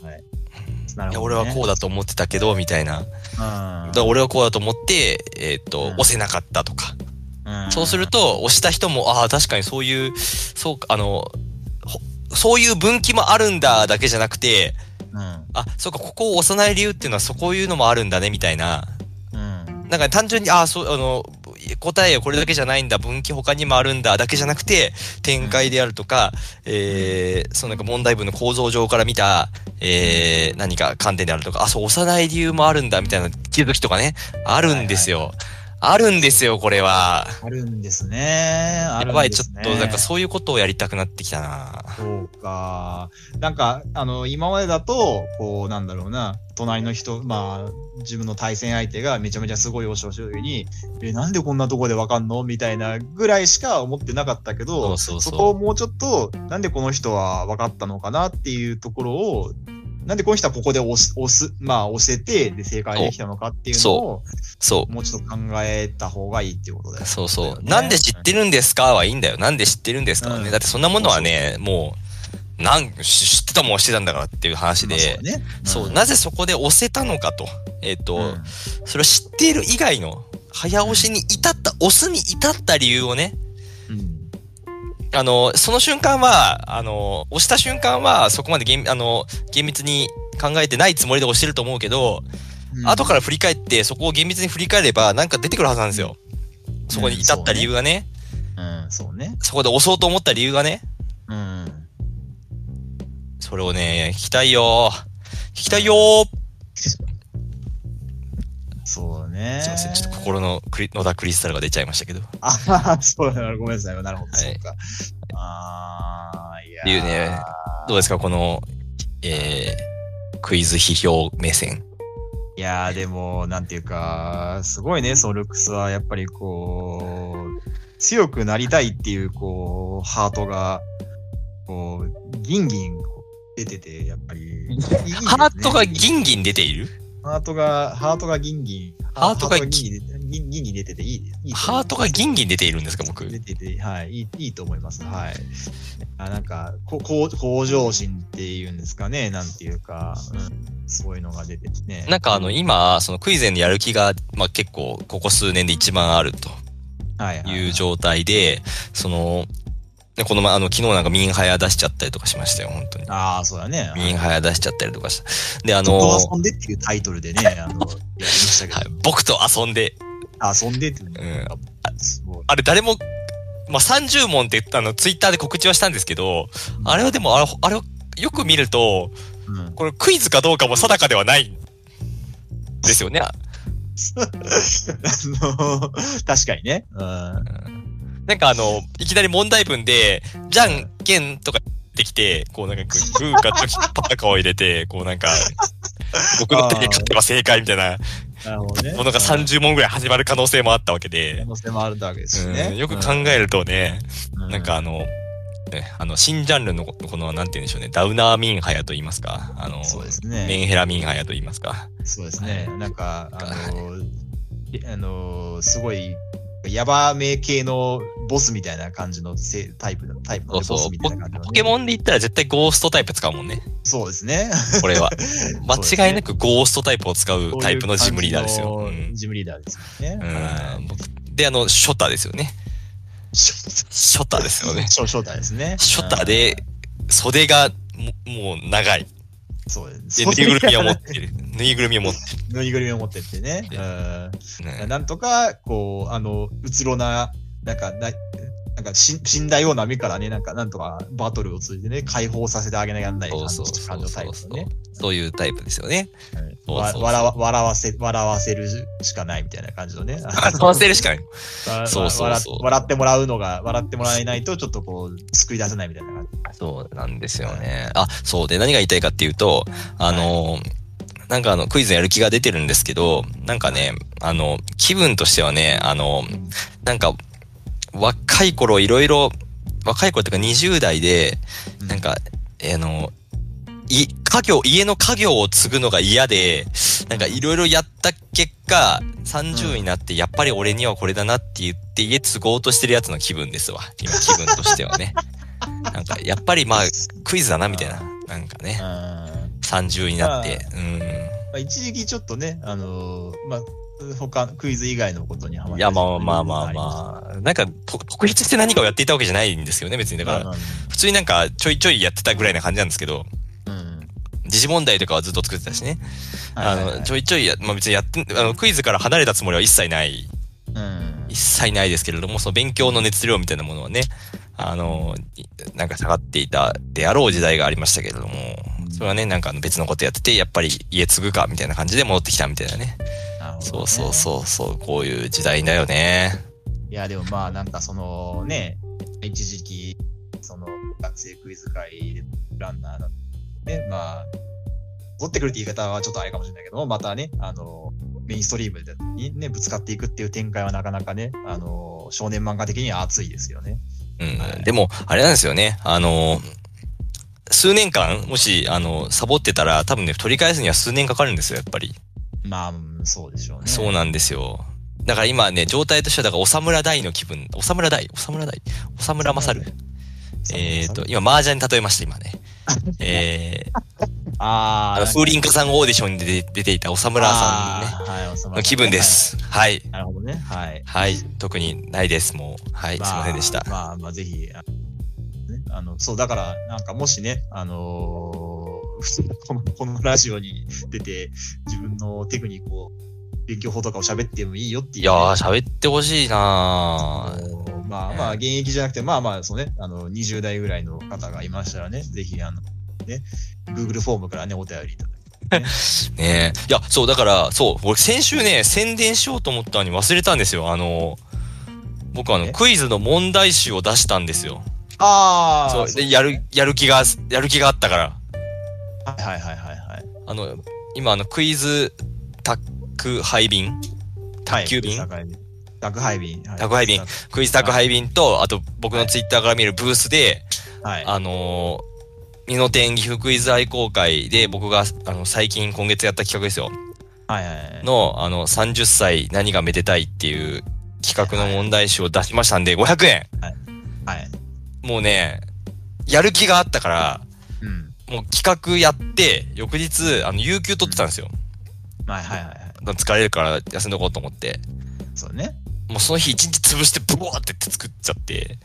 S1: なるほどね
S2: いや俺はこうだと思ってたけど、みたい
S1: う
S2: な。
S1: ん
S2: だから俺はこうだと思って、えーっと、
S1: うん
S2: 押せなかったとか。
S1: うん
S2: そうすると、押した人も、ああ、確かにそういう、そうか、あの、ほそういう分岐もあるんだだけじゃなくて、
S1: うん
S2: あ、そうか、ここを押さない理由っていうのはそういうのもあるんだね、みたいな。
S1: うん
S2: なんか単純に、あ、そう、あの、答えはこれだけじゃないんだ、分岐他にもあるんだ、だけじゃなくて、展開であるとか、えー、そのなんか問題文の構造上から見た、えー、何か観点であるとか、あ、そう、押さない理由もあるんだ、みたいな気づきとかね、あるんですよ。あるんですよ、これは。
S1: あるんですね。あ
S2: や
S1: るん
S2: ばい、
S1: で
S2: ちょ
S1: す
S2: っ
S1: ね
S2: と、なんかそういうことをやりたくなってきたな
S1: そうか。なんか、あの、今までだと、こう、なんだろうな、隣の人、まあ、自分の対戦相手がめちゃめちゃすごいおしょしょに、え、なんでこんなとこでわかんのみたいなぐらいしか思ってなかったけ
S2: そう
S1: ど、
S2: そう
S1: そ
S2: そう。
S1: こをもうちょっと、なんでこの人は分かったのかなっていうところを、なんでこの人はここで押す、押す、まあ押せて、で正解できたのかっていうのを、
S2: そう。
S1: もうちょっと考えた方がいいっていうことだよね。
S2: そう
S1: だ
S2: そ
S1: よ
S2: う。
S1: ね
S2: なんで知ってるんですかはいいんだよ。なんで知ってるんですかは
S1: う
S2: ね。
S1: ん
S2: だってそんなものはね、もう、なん、し知ってたもんしてたんだからっていう話
S1: まあ
S2: で、そう、
S1: ね。
S2: なぜそこで押せたのかと。えっ
S1: うん
S2: と、それを知っている以外の、早押しに至った、押すに至った理由をね、
S1: うん。
S2: あの、その瞬間は、あの、押した瞬間は、そこまで厳あの厳密に考えてないつもりで押してると思うけど、
S1: うん
S2: 後から振り返って、そこを厳密に振り返れば、なんか出てくるはずなんですよ。そこに至った理由がね、
S1: うん、そうね。
S2: そこで押そうと思った理由がね、
S1: うん。
S2: それをね、聞きたいよ聞きたいよー
S1: そうだね。
S2: すいません、ちょっと心のクリ野田クリスタルが出ちゃいましたけど。っ
S1: あははそうだな、ごめんなさい。なるほど、
S2: はい
S1: そうか。あー、いやー。
S2: ていうね、どうですか、この、えー、クイズ批評目線。
S1: いやー、でも、なんていうか、すごいね、そのルックスは、やっぱりこう、強くなりたいっていう、こう、ハートが、こう、ギンギン出てて、やっぱり、いいですね
S2: ハートがギンギン出ている
S1: ハートが、ハートがギンギン、
S2: ハートが
S1: ギンギン出て、ギンギン出てていいですいいと思い
S2: ハ
S1: ま
S2: ー
S1: す
S2: トがギンギン出ているんですか、僕。
S1: 出てて、はい、いいいいと思います。はい。あなんか、ここう向上心っていうんですかね、なんていうか、うん、そういうのが出ててね。
S2: なんかあの、今、そのクイズへのやる気が、まあ結構、ここ数年で一番あると
S1: はいはい
S2: いう状態で、その、ねこの前、あの、昨日なんかミンハヤ出しちゃったりとかしましたよ、本当に。
S1: ああ、そうだね。
S2: ミンハヤ出しちゃったりとかした。で、あの、
S1: と遊んでっていうタイトルでね、あの、やりましたけ
S2: はい
S1: ど、
S2: 僕と遊んで、
S1: 遊んでっていうの
S2: うん
S1: が、すごい。
S2: あれ誰も、まあ、30問って、あの、ツイッターで告知はしたんですけど、あれはでも、あれ、あれをよく見ると、
S1: うん、
S2: これクイズかどうかも定かではないんですよね。
S1: あの、 確かにね。うん。
S2: なんかあの、いきなり問題文で、じゃんけんとかできて、こうなんかグーグーかチョキパーカを入れて、こうなんか、僕の手で勝てば正解みたいな
S1: なるほどね。
S2: ものが30問ぐらい始まる可能性もあったわけで
S1: 可、能性もあるわけですし
S2: う
S1: ね。
S2: んよく考えるとね、
S1: う
S2: なんか、あの、ね、あの新ジャンルのここの、なんて言うんでしょうね、ダウナーミンハヤと言いますか、あの、
S1: そうですね。
S2: メンヘラミンハヤと言いますか。
S1: そうですね。なんか、あの、えあのすごい、ヤバめ系のボスみたいな感じのせタイプの、タイプの
S2: そ
S1: ね
S2: う
S1: ボスみ。た
S2: そうポ
S1: いな感じのね、
S2: ポケモンで言ったら絶対ゴーストタイプ使うもんね。
S1: そうですね。
S2: こ れは。
S1: すね
S2: 間違いなくゴーストタイプを使うタイプのジムリーダーですよ。
S1: そういう
S2: う
S1: 感じの
S2: ん
S1: ジムリーダーですよね。
S2: うん僕で、あの、ショタですよね。
S1: シ
S2: ショタです よね。
S1: ョショタですね。
S2: ショタで、袖がももう長い。
S1: うん、そうです
S2: で、ぬいぐるみを持ってる。ぬいぐるみを持って
S1: ぬいぐるみを持ってってね。うん
S2: る。 ね
S1: なんとか、こう、あの、うつろな、なんか、ななんかし信頼を波からね、なんか、なんとかバトルを通じてね、解放させてあげなきゃならない
S2: そ
S1: 感
S2: う
S1: じ
S2: そう
S1: 感
S2: そう
S1: じのタイ
S2: そ
S1: プで
S2: う
S1: す
S2: そう、
S1: ね。
S2: そういうタイプです よね。そう
S1: わ
S2: そうそう
S1: 笑わ笑わせ、笑わせるしかないみたいな感じのね。
S2: 合わせるしかない。
S1: わ
S2: そうそうそう
S1: わ笑ってもらうのが、笑ってもらえないと、ちょっとこう、救い出せないみたいな感じ。
S2: そうなんですよね。あ、そうで、何が言いたいかっていうと、あの、なんかあの、クイズやる気が出てるんですけど、なんかね、あの、気分としてはね、あの、なんか、若い頃いろいろ、若い頃というか20代で、なんか、あの、い、家業、家の家業を継ぐのが嫌で、なんかいろいろやった結果、30になって、やっぱり俺にはこれだなって言って家継ごうとしてるやつの気分ですわ。今気分としてはね。なんか、やっぱりまあ、クイズだな、みたいな。なんかね、
S1: あ
S2: 30になって。
S1: まあ、一時期ちょっとね、あのーまあ、他、クイズ以外のことにハ
S2: う
S1: マ
S2: ん。
S1: っ
S2: い
S1: た
S2: や、
S1: りと
S2: ま
S1: か
S2: あまあまあまあ。なんか、と特筆して何かをやっていたわけじゃないんですよね、別に。だ
S1: いろいろありましたね
S2: から、普通になんか、ちょいちょいやってたぐらいな感じなんですけ
S1: ま
S2: ど、
S1: あまあうん。
S2: 時事問題とかはずっと作ってたしね。
S1: はい
S2: あ
S1: はいはい
S2: の、ちょいちょいや、まあ、別にやって、あの、クイズから離れたつもりは一切ない、
S1: うん
S2: 一切ないですけれども、その勉強の熱量みたいなものはね、あの、いなんか下がっていたであろう時代がありましたけれども、それはね、なんかあの別のことやってて、やっぱり家継ぐか、みたいな感じで戻ってきたみたいなね。
S1: なるほどね
S2: そうそうそう、そう、こういう時代だよね。
S1: いや、でもまあ、なんかそのね、一時期、その学生クイズ会でランナーだって、ね、まあ、取ってくるって言い方はちょっとあれかもしれないけども、またね、あの、メインストリームにね、ぶつかっていくっていう展開はなかなかね、あの、少年漫画的には熱いですよね。
S2: うん。
S1: はい
S2: でも、あれなんですよね。あの、数年間、もし、あの、サボってたら、多分ね、取り返すには数年かかるんですよ、やっぱり。
S1: まあ、うんそうでしょうね。
S2: そうなんですよ。だから今ね、状態としては、だから、おさむら大の気分、おさむら大、おさむら大、おさむらまさる。えっ、と、今、麻雀に例えました、 今ね。えー、
S1: あーな
S2: あの、
S1: んか
S2: 風林家さんオーディションに出て出ていたおさむらさんね、
S1: あーはいおさむらさんね
S2: の気分で。す。はい。
S1: はいなるほどね。はい。
S2: はい。特にないです、もう。はい。すいませんでした。
S1: まあ、まあ、ぜひ、あのねあの、そう、だから、なんかもしね、あのー普通にこの、このラジオに出て、自分のテクニックを、勉強法とかを喋ってもいいよっていう、
S2: いやー、喋ってほしい
S1: あ
S2: なー
S1: のーまあまあ、現役じゃなくて、まあまあ、そうね、あの、20代ぐらいの方がいましたらね、ぜひ、あの、ね、Google フォームからね、お便りいただいて。
S2: ねえ。いや、そう、だから、そう、俺先週ね、宣伝しようと思ったのに忘れたんですよ。あの、僕あの、
S1: え
S2: クイズの問題集を出したんですよ。
S1: あ
S2: そう、
S1: そう
S2: で、やる、やる気が、やる気があったから。
S1: はいはいはいはいはい。
S2: あの、今、あの、クイズ、宅配便宅急便、
S1: はい宅配便。はい
S2: 宅配便。クイズ宅配便と、あと、僕のツイッターから見るブースで、
S1: はい。
S2: あのー、美濃天岐阜クイズ愛好会で、僕が、あの、最近、今月やった企画ですよ。
S1: はいはいはい。
S2: の、あの、30歳何がめでたいっていう企画の問題集を出しましたんで、500円
S1: はい。
S2: もうね、やる気があったから、
S1: うん。
S2: もう企画やって、翌日、あの、有給取ってたんですよ。
S1: はいはいはいはい。
S2: 疲れるから休んどこうと思って。
S1: そうね。
S2: もうその日一日潰して、ブワーってやって作っちゃって。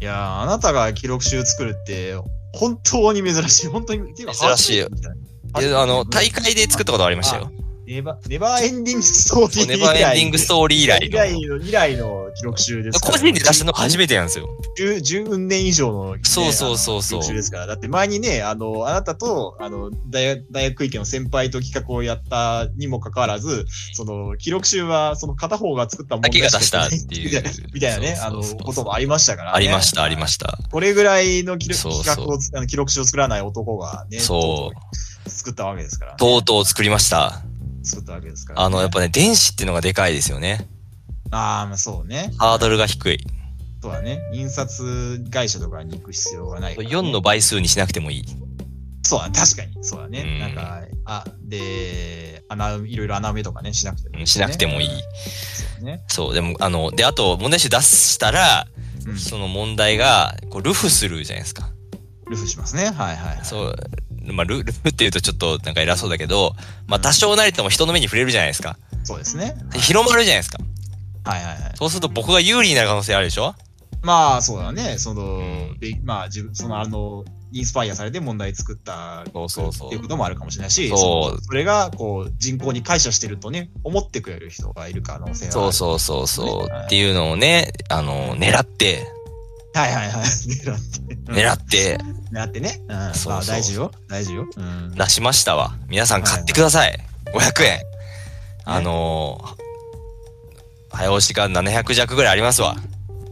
S1: いやーあなたが記録集作るって、本当に珍しい。本当に。珍
S2: 珍しいよ。で、あの、大会で作ったことがありましたよ。
S1: ネバネバーエンディングストーリー
S2: ネバーエンディングス
S1: ト
S2: トーリー以来
S1: 以来の。
S2: の。
S1: 以来の記録集ですから
S2: 個人で出したのが初めてなんですよ。
S1: 10 10年以上の、ね、
S2: そうそうそうそう
S1: あの記録集ですから。だって前にね、あの、あなたと、あの、大学、大学医の先輩と企画をやったにもかかわらず、その、記録集は、その片方が作ったも
S2: だ
S1: の
S2: けが出したっていう。
S1: みたいなね、あの、こともありましたから、ね。
S2: ありました、ありました。
S1: これぐらいの記録
S2: そうそう
S1: 企画をつあの記録書を作らない男がね、
S2: そう
S1: 作ったわけですから、ね。
S2: とうとう作りました。
S1: 作ったわけですから、
S2: あの、やっぱね、電子っていうのがでかいですよね。
S1: ああ、まあそうね。
S2: ハードルが低い。
S1: そうだね。印刷会社とかに行く必要がないから、ね。
S2: 4の倍数にしなくてもいい。
S1: そうだ、確かに。そうだね。
S2: うん
S1: なんか、あ、で、穴、いろいろ穴埋めとかね、しなくても
S2: う
S1: いい、
S2: んしなくてもいい。
S1: そうね。
S2: そう、でも、あの、で、あと、問題集出したら、
S1: うん。
S2: その問題が、こう、ルフするじゃないですか。
S1: ルフしますね。はいはいはい。
S2: そう、まあ、ル ルフっていうとちょっとなんか偉そうだけど、まあ、多少なりとも人の目に触れるじゃないですか。
S1: そうですね。
S2: で広まるじゃないですか。
S1: はいはいはい。
S2: そうすると僕が有利になる可能性あるでしょ
S1: まあ、そうだね。その、
S2: うん
S1: でまあ、自分、その、あの、インスパイアされて問題作った
S2: そうそうそう
S1: っていうこともあるかもしれないし、
S2: そう
S1: のそれが、こう、人口に解消してるとね、思ってくれる人がいる可能性はある。
S2: そうそうそうそう。
S1: はい
S2: っていうのをね、あの、狙って、
S1: う。はいはいはい。狙って。うん
S2: 狙って
S1: 狙ってね。うん。
S2: そうそう
S1: まあ、大事よ。大事よ。うん。
S2: 出しましたわ。皆さん買ってください。500円。あのー、早押しが700弱ぐらいありますわ。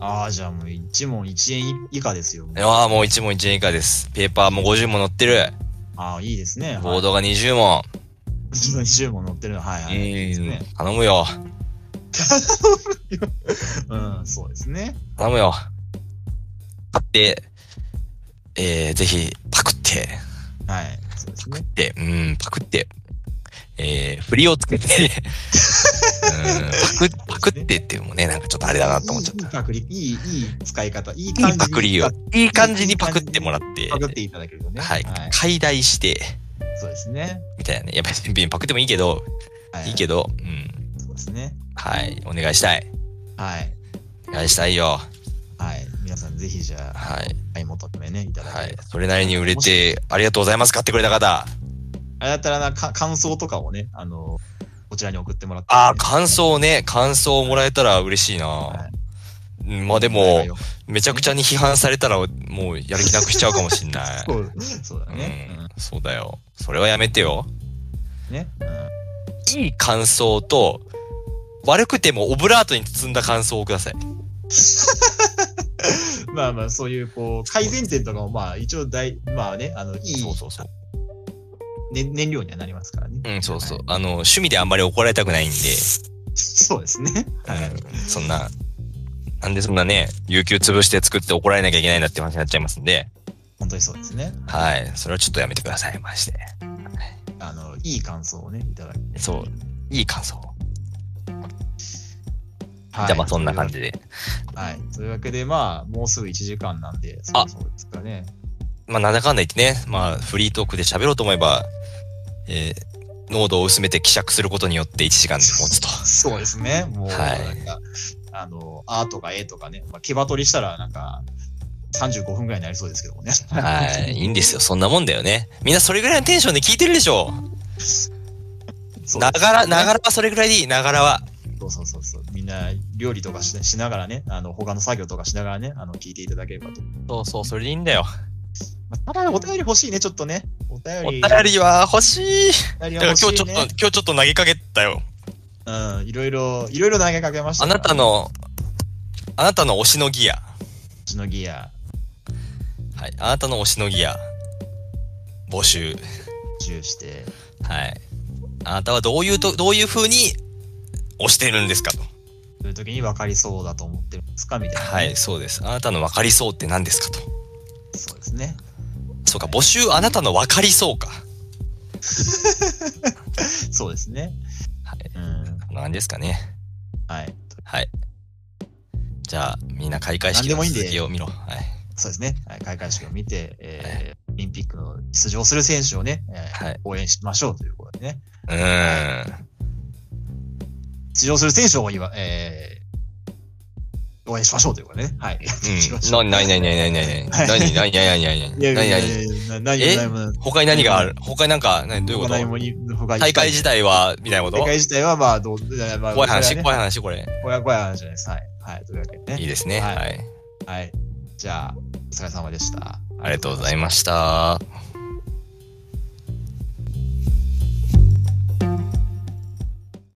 S1: ああ、じゃあもう1問1円以下ですよ。
S2: ああ、もう1問1円以下です。ペーパーも50も載ってる。
S1: ああ、いいですね。
S2: ボードが20問。
S1: 自分20問乗ってるの。はいはい。いいですね。
S2: 頼むよ。
S1: うん、そうですね。
S2: 頼むよ。買って、えー、ぜひ、って、
S1: はい。そうですね。
S2: で、うん、パクって、えー、振りをつけて、うん、パク、パクってっていうのもね、なんかちょっとあれだなと思っちゃっ
S1: いいいいパクリ、いい、いい使い方、いい
S2: た。
S1: 感じ
S2: いい
S1: に
S2: パクリを
S1: パ、
S2: いい感じにパクってもらって、
S1: クっていただけるとね。
S2: はい、解体して、
S1: そうですね。
S2: みたいなね。やっぱり、パクってもいいけど、
S1: はい
S2: いけど、うん。
S1: そうですね。
S2: はい、お願いしたい。
S1: はい。
S2: お願いしたいよ。
S1: はい。皆さんぜひじゃあ、
S2: はい。
S1: 買い求めね、いただけ
S2: は
S1: れ
S2: い
S1: ば。。
S2: それなりに売れて、ありがとうございます。買ってくれた方。
S1: あれだったらな、か感想とかをね、あの、こちらに送ってもらって、
S2: ああ、感想ね。感想をもらえたら嬉しいな
S1: は。
S2: うんまあでも、めちゃくちゃに批判されたら、もうやる気なくしちゃうかもしんない。
S1: そうそうだね。
S2: うん、そうだよ。それはやめてよ。
S1: うんね。うん
S2: いい感想と、悪くてもオブラートに包んだ感想をください。
S1: まあまあ、そういう、こう、改善点とかも、まあ、一応大、まあね、あの、いい
S2: そうそうそう。
S1: ね、燃料にはなりますからね。
S2: うん、そうそう
S1: は。
S2: あの、趣味であんまり怒られたくないんで、
S1: そうですね。はい。
S2: うんそんな、なんでそんなね、有給潰して作って怒られなきゃいけないんだって話になっちゃいますんで、
S1: 本当にそうですね。
S2: はい。それはちょっとやめてください、まして。
S1: あの、いい感想をね、いただき
S2: そう。いい感想。
S1: はい
S2: じゃあまあそんな感じで。
S1: はい。というわけで、まあ、もうすぐ1時間なんで、そ
S2: あ
S1: うそうですかね。
S2: まあなんだかんだ言ってね、まあフリートークで喋ろうと思えば、えー濃度を薄めて希釈することによって1時間で持 つと。
S1: そうですね。もう、
S2: はい
S1: なんか、あの、あとかえとかね、まあ、毛羽取りしたら、なんか、35分ぐらいになりそうですけどもね。
S2: はい。いいんですよ。そんなもんだよね。みんなそれぐらいのテンションで聞いてるでしょ。
S1: そう
S2: ながら、な
S1: ら。
S2: がらはそれぐらいでいい。ながらは。
S1: そうそうそうそう。みんな、料理とかししながらね、あの、他の作業とかしながらね、あの、聞いていただければと。
S2: そうそう、それでいいんだよ。
S1: まあ、ただ、お便り欲しいね、ちょっとね。お便
S2: お
S1: り。
S2: 便りは欲しい。
S1: お便り
S2: だ
S1: は欲
S2: から今日
S1: し
S2: ちょ
S1: いね
S2: っと、今日ちょっと投げかけたよ。
S1: うん、いろいろ、いろいろ投げかけました
S2: あ
S1: から。
S2: なたの、あなたの推しのギア。
S1: しのギア、
S2: はい。あなたの推しのギア。募集。
S1: 重して、
S2: はい。あなたはどういうと、どういう風に推してるんですかと。
S1: そういう時に分かりそうだと思ってるんですかみたいな。
S2: はい、。そうです。あなたの分かりそうって何ですかと。
S1: そうですね。
S2: そうか、募集あなたの分かりそうか。
S1: そうですね。
S2: はい。
S1: うん。
S2: こんな感じですかね。
S1: はい。
S2: はい。じゃあ、みんな開会式
S1: 何でも
S2: の
S1: いいんで
S2: 続きを見ろ。はい。
S1: そうですね。はい、開会式を見て、えー、オリンピックの出場する選手をね、えー
S2: はい
S1: 応援しましょうということでね。
S2: うーん。
S1: 出場する選手を今、えー、応援しましょうということでね。はい。しましょ
S2: うん。な、なになになになになになになになになになに
S1: いやい
S2: な
S1: やい
S2: にな
S1: や
S2: に
S1: いや、何
S2: え
S1: も何も
S2: 他に何がある他になんか、なにどういうこ
S1: 他何
S2: と
S1: もに他に
S2: 大会自体は、みたいなこと
S1: 大会自体は、まあ、どう、まあ、
S2: 怖い話、
S1: これはね
S2: 怖い話、これ。
S1: 怖い怖い話じゃないです。はい。はい。というわけでね。
S2: いいですね。
S1: はい
S2: はい。
S1: はい。じゃあ、お疲れ様でした。
S2: ありがとうございました。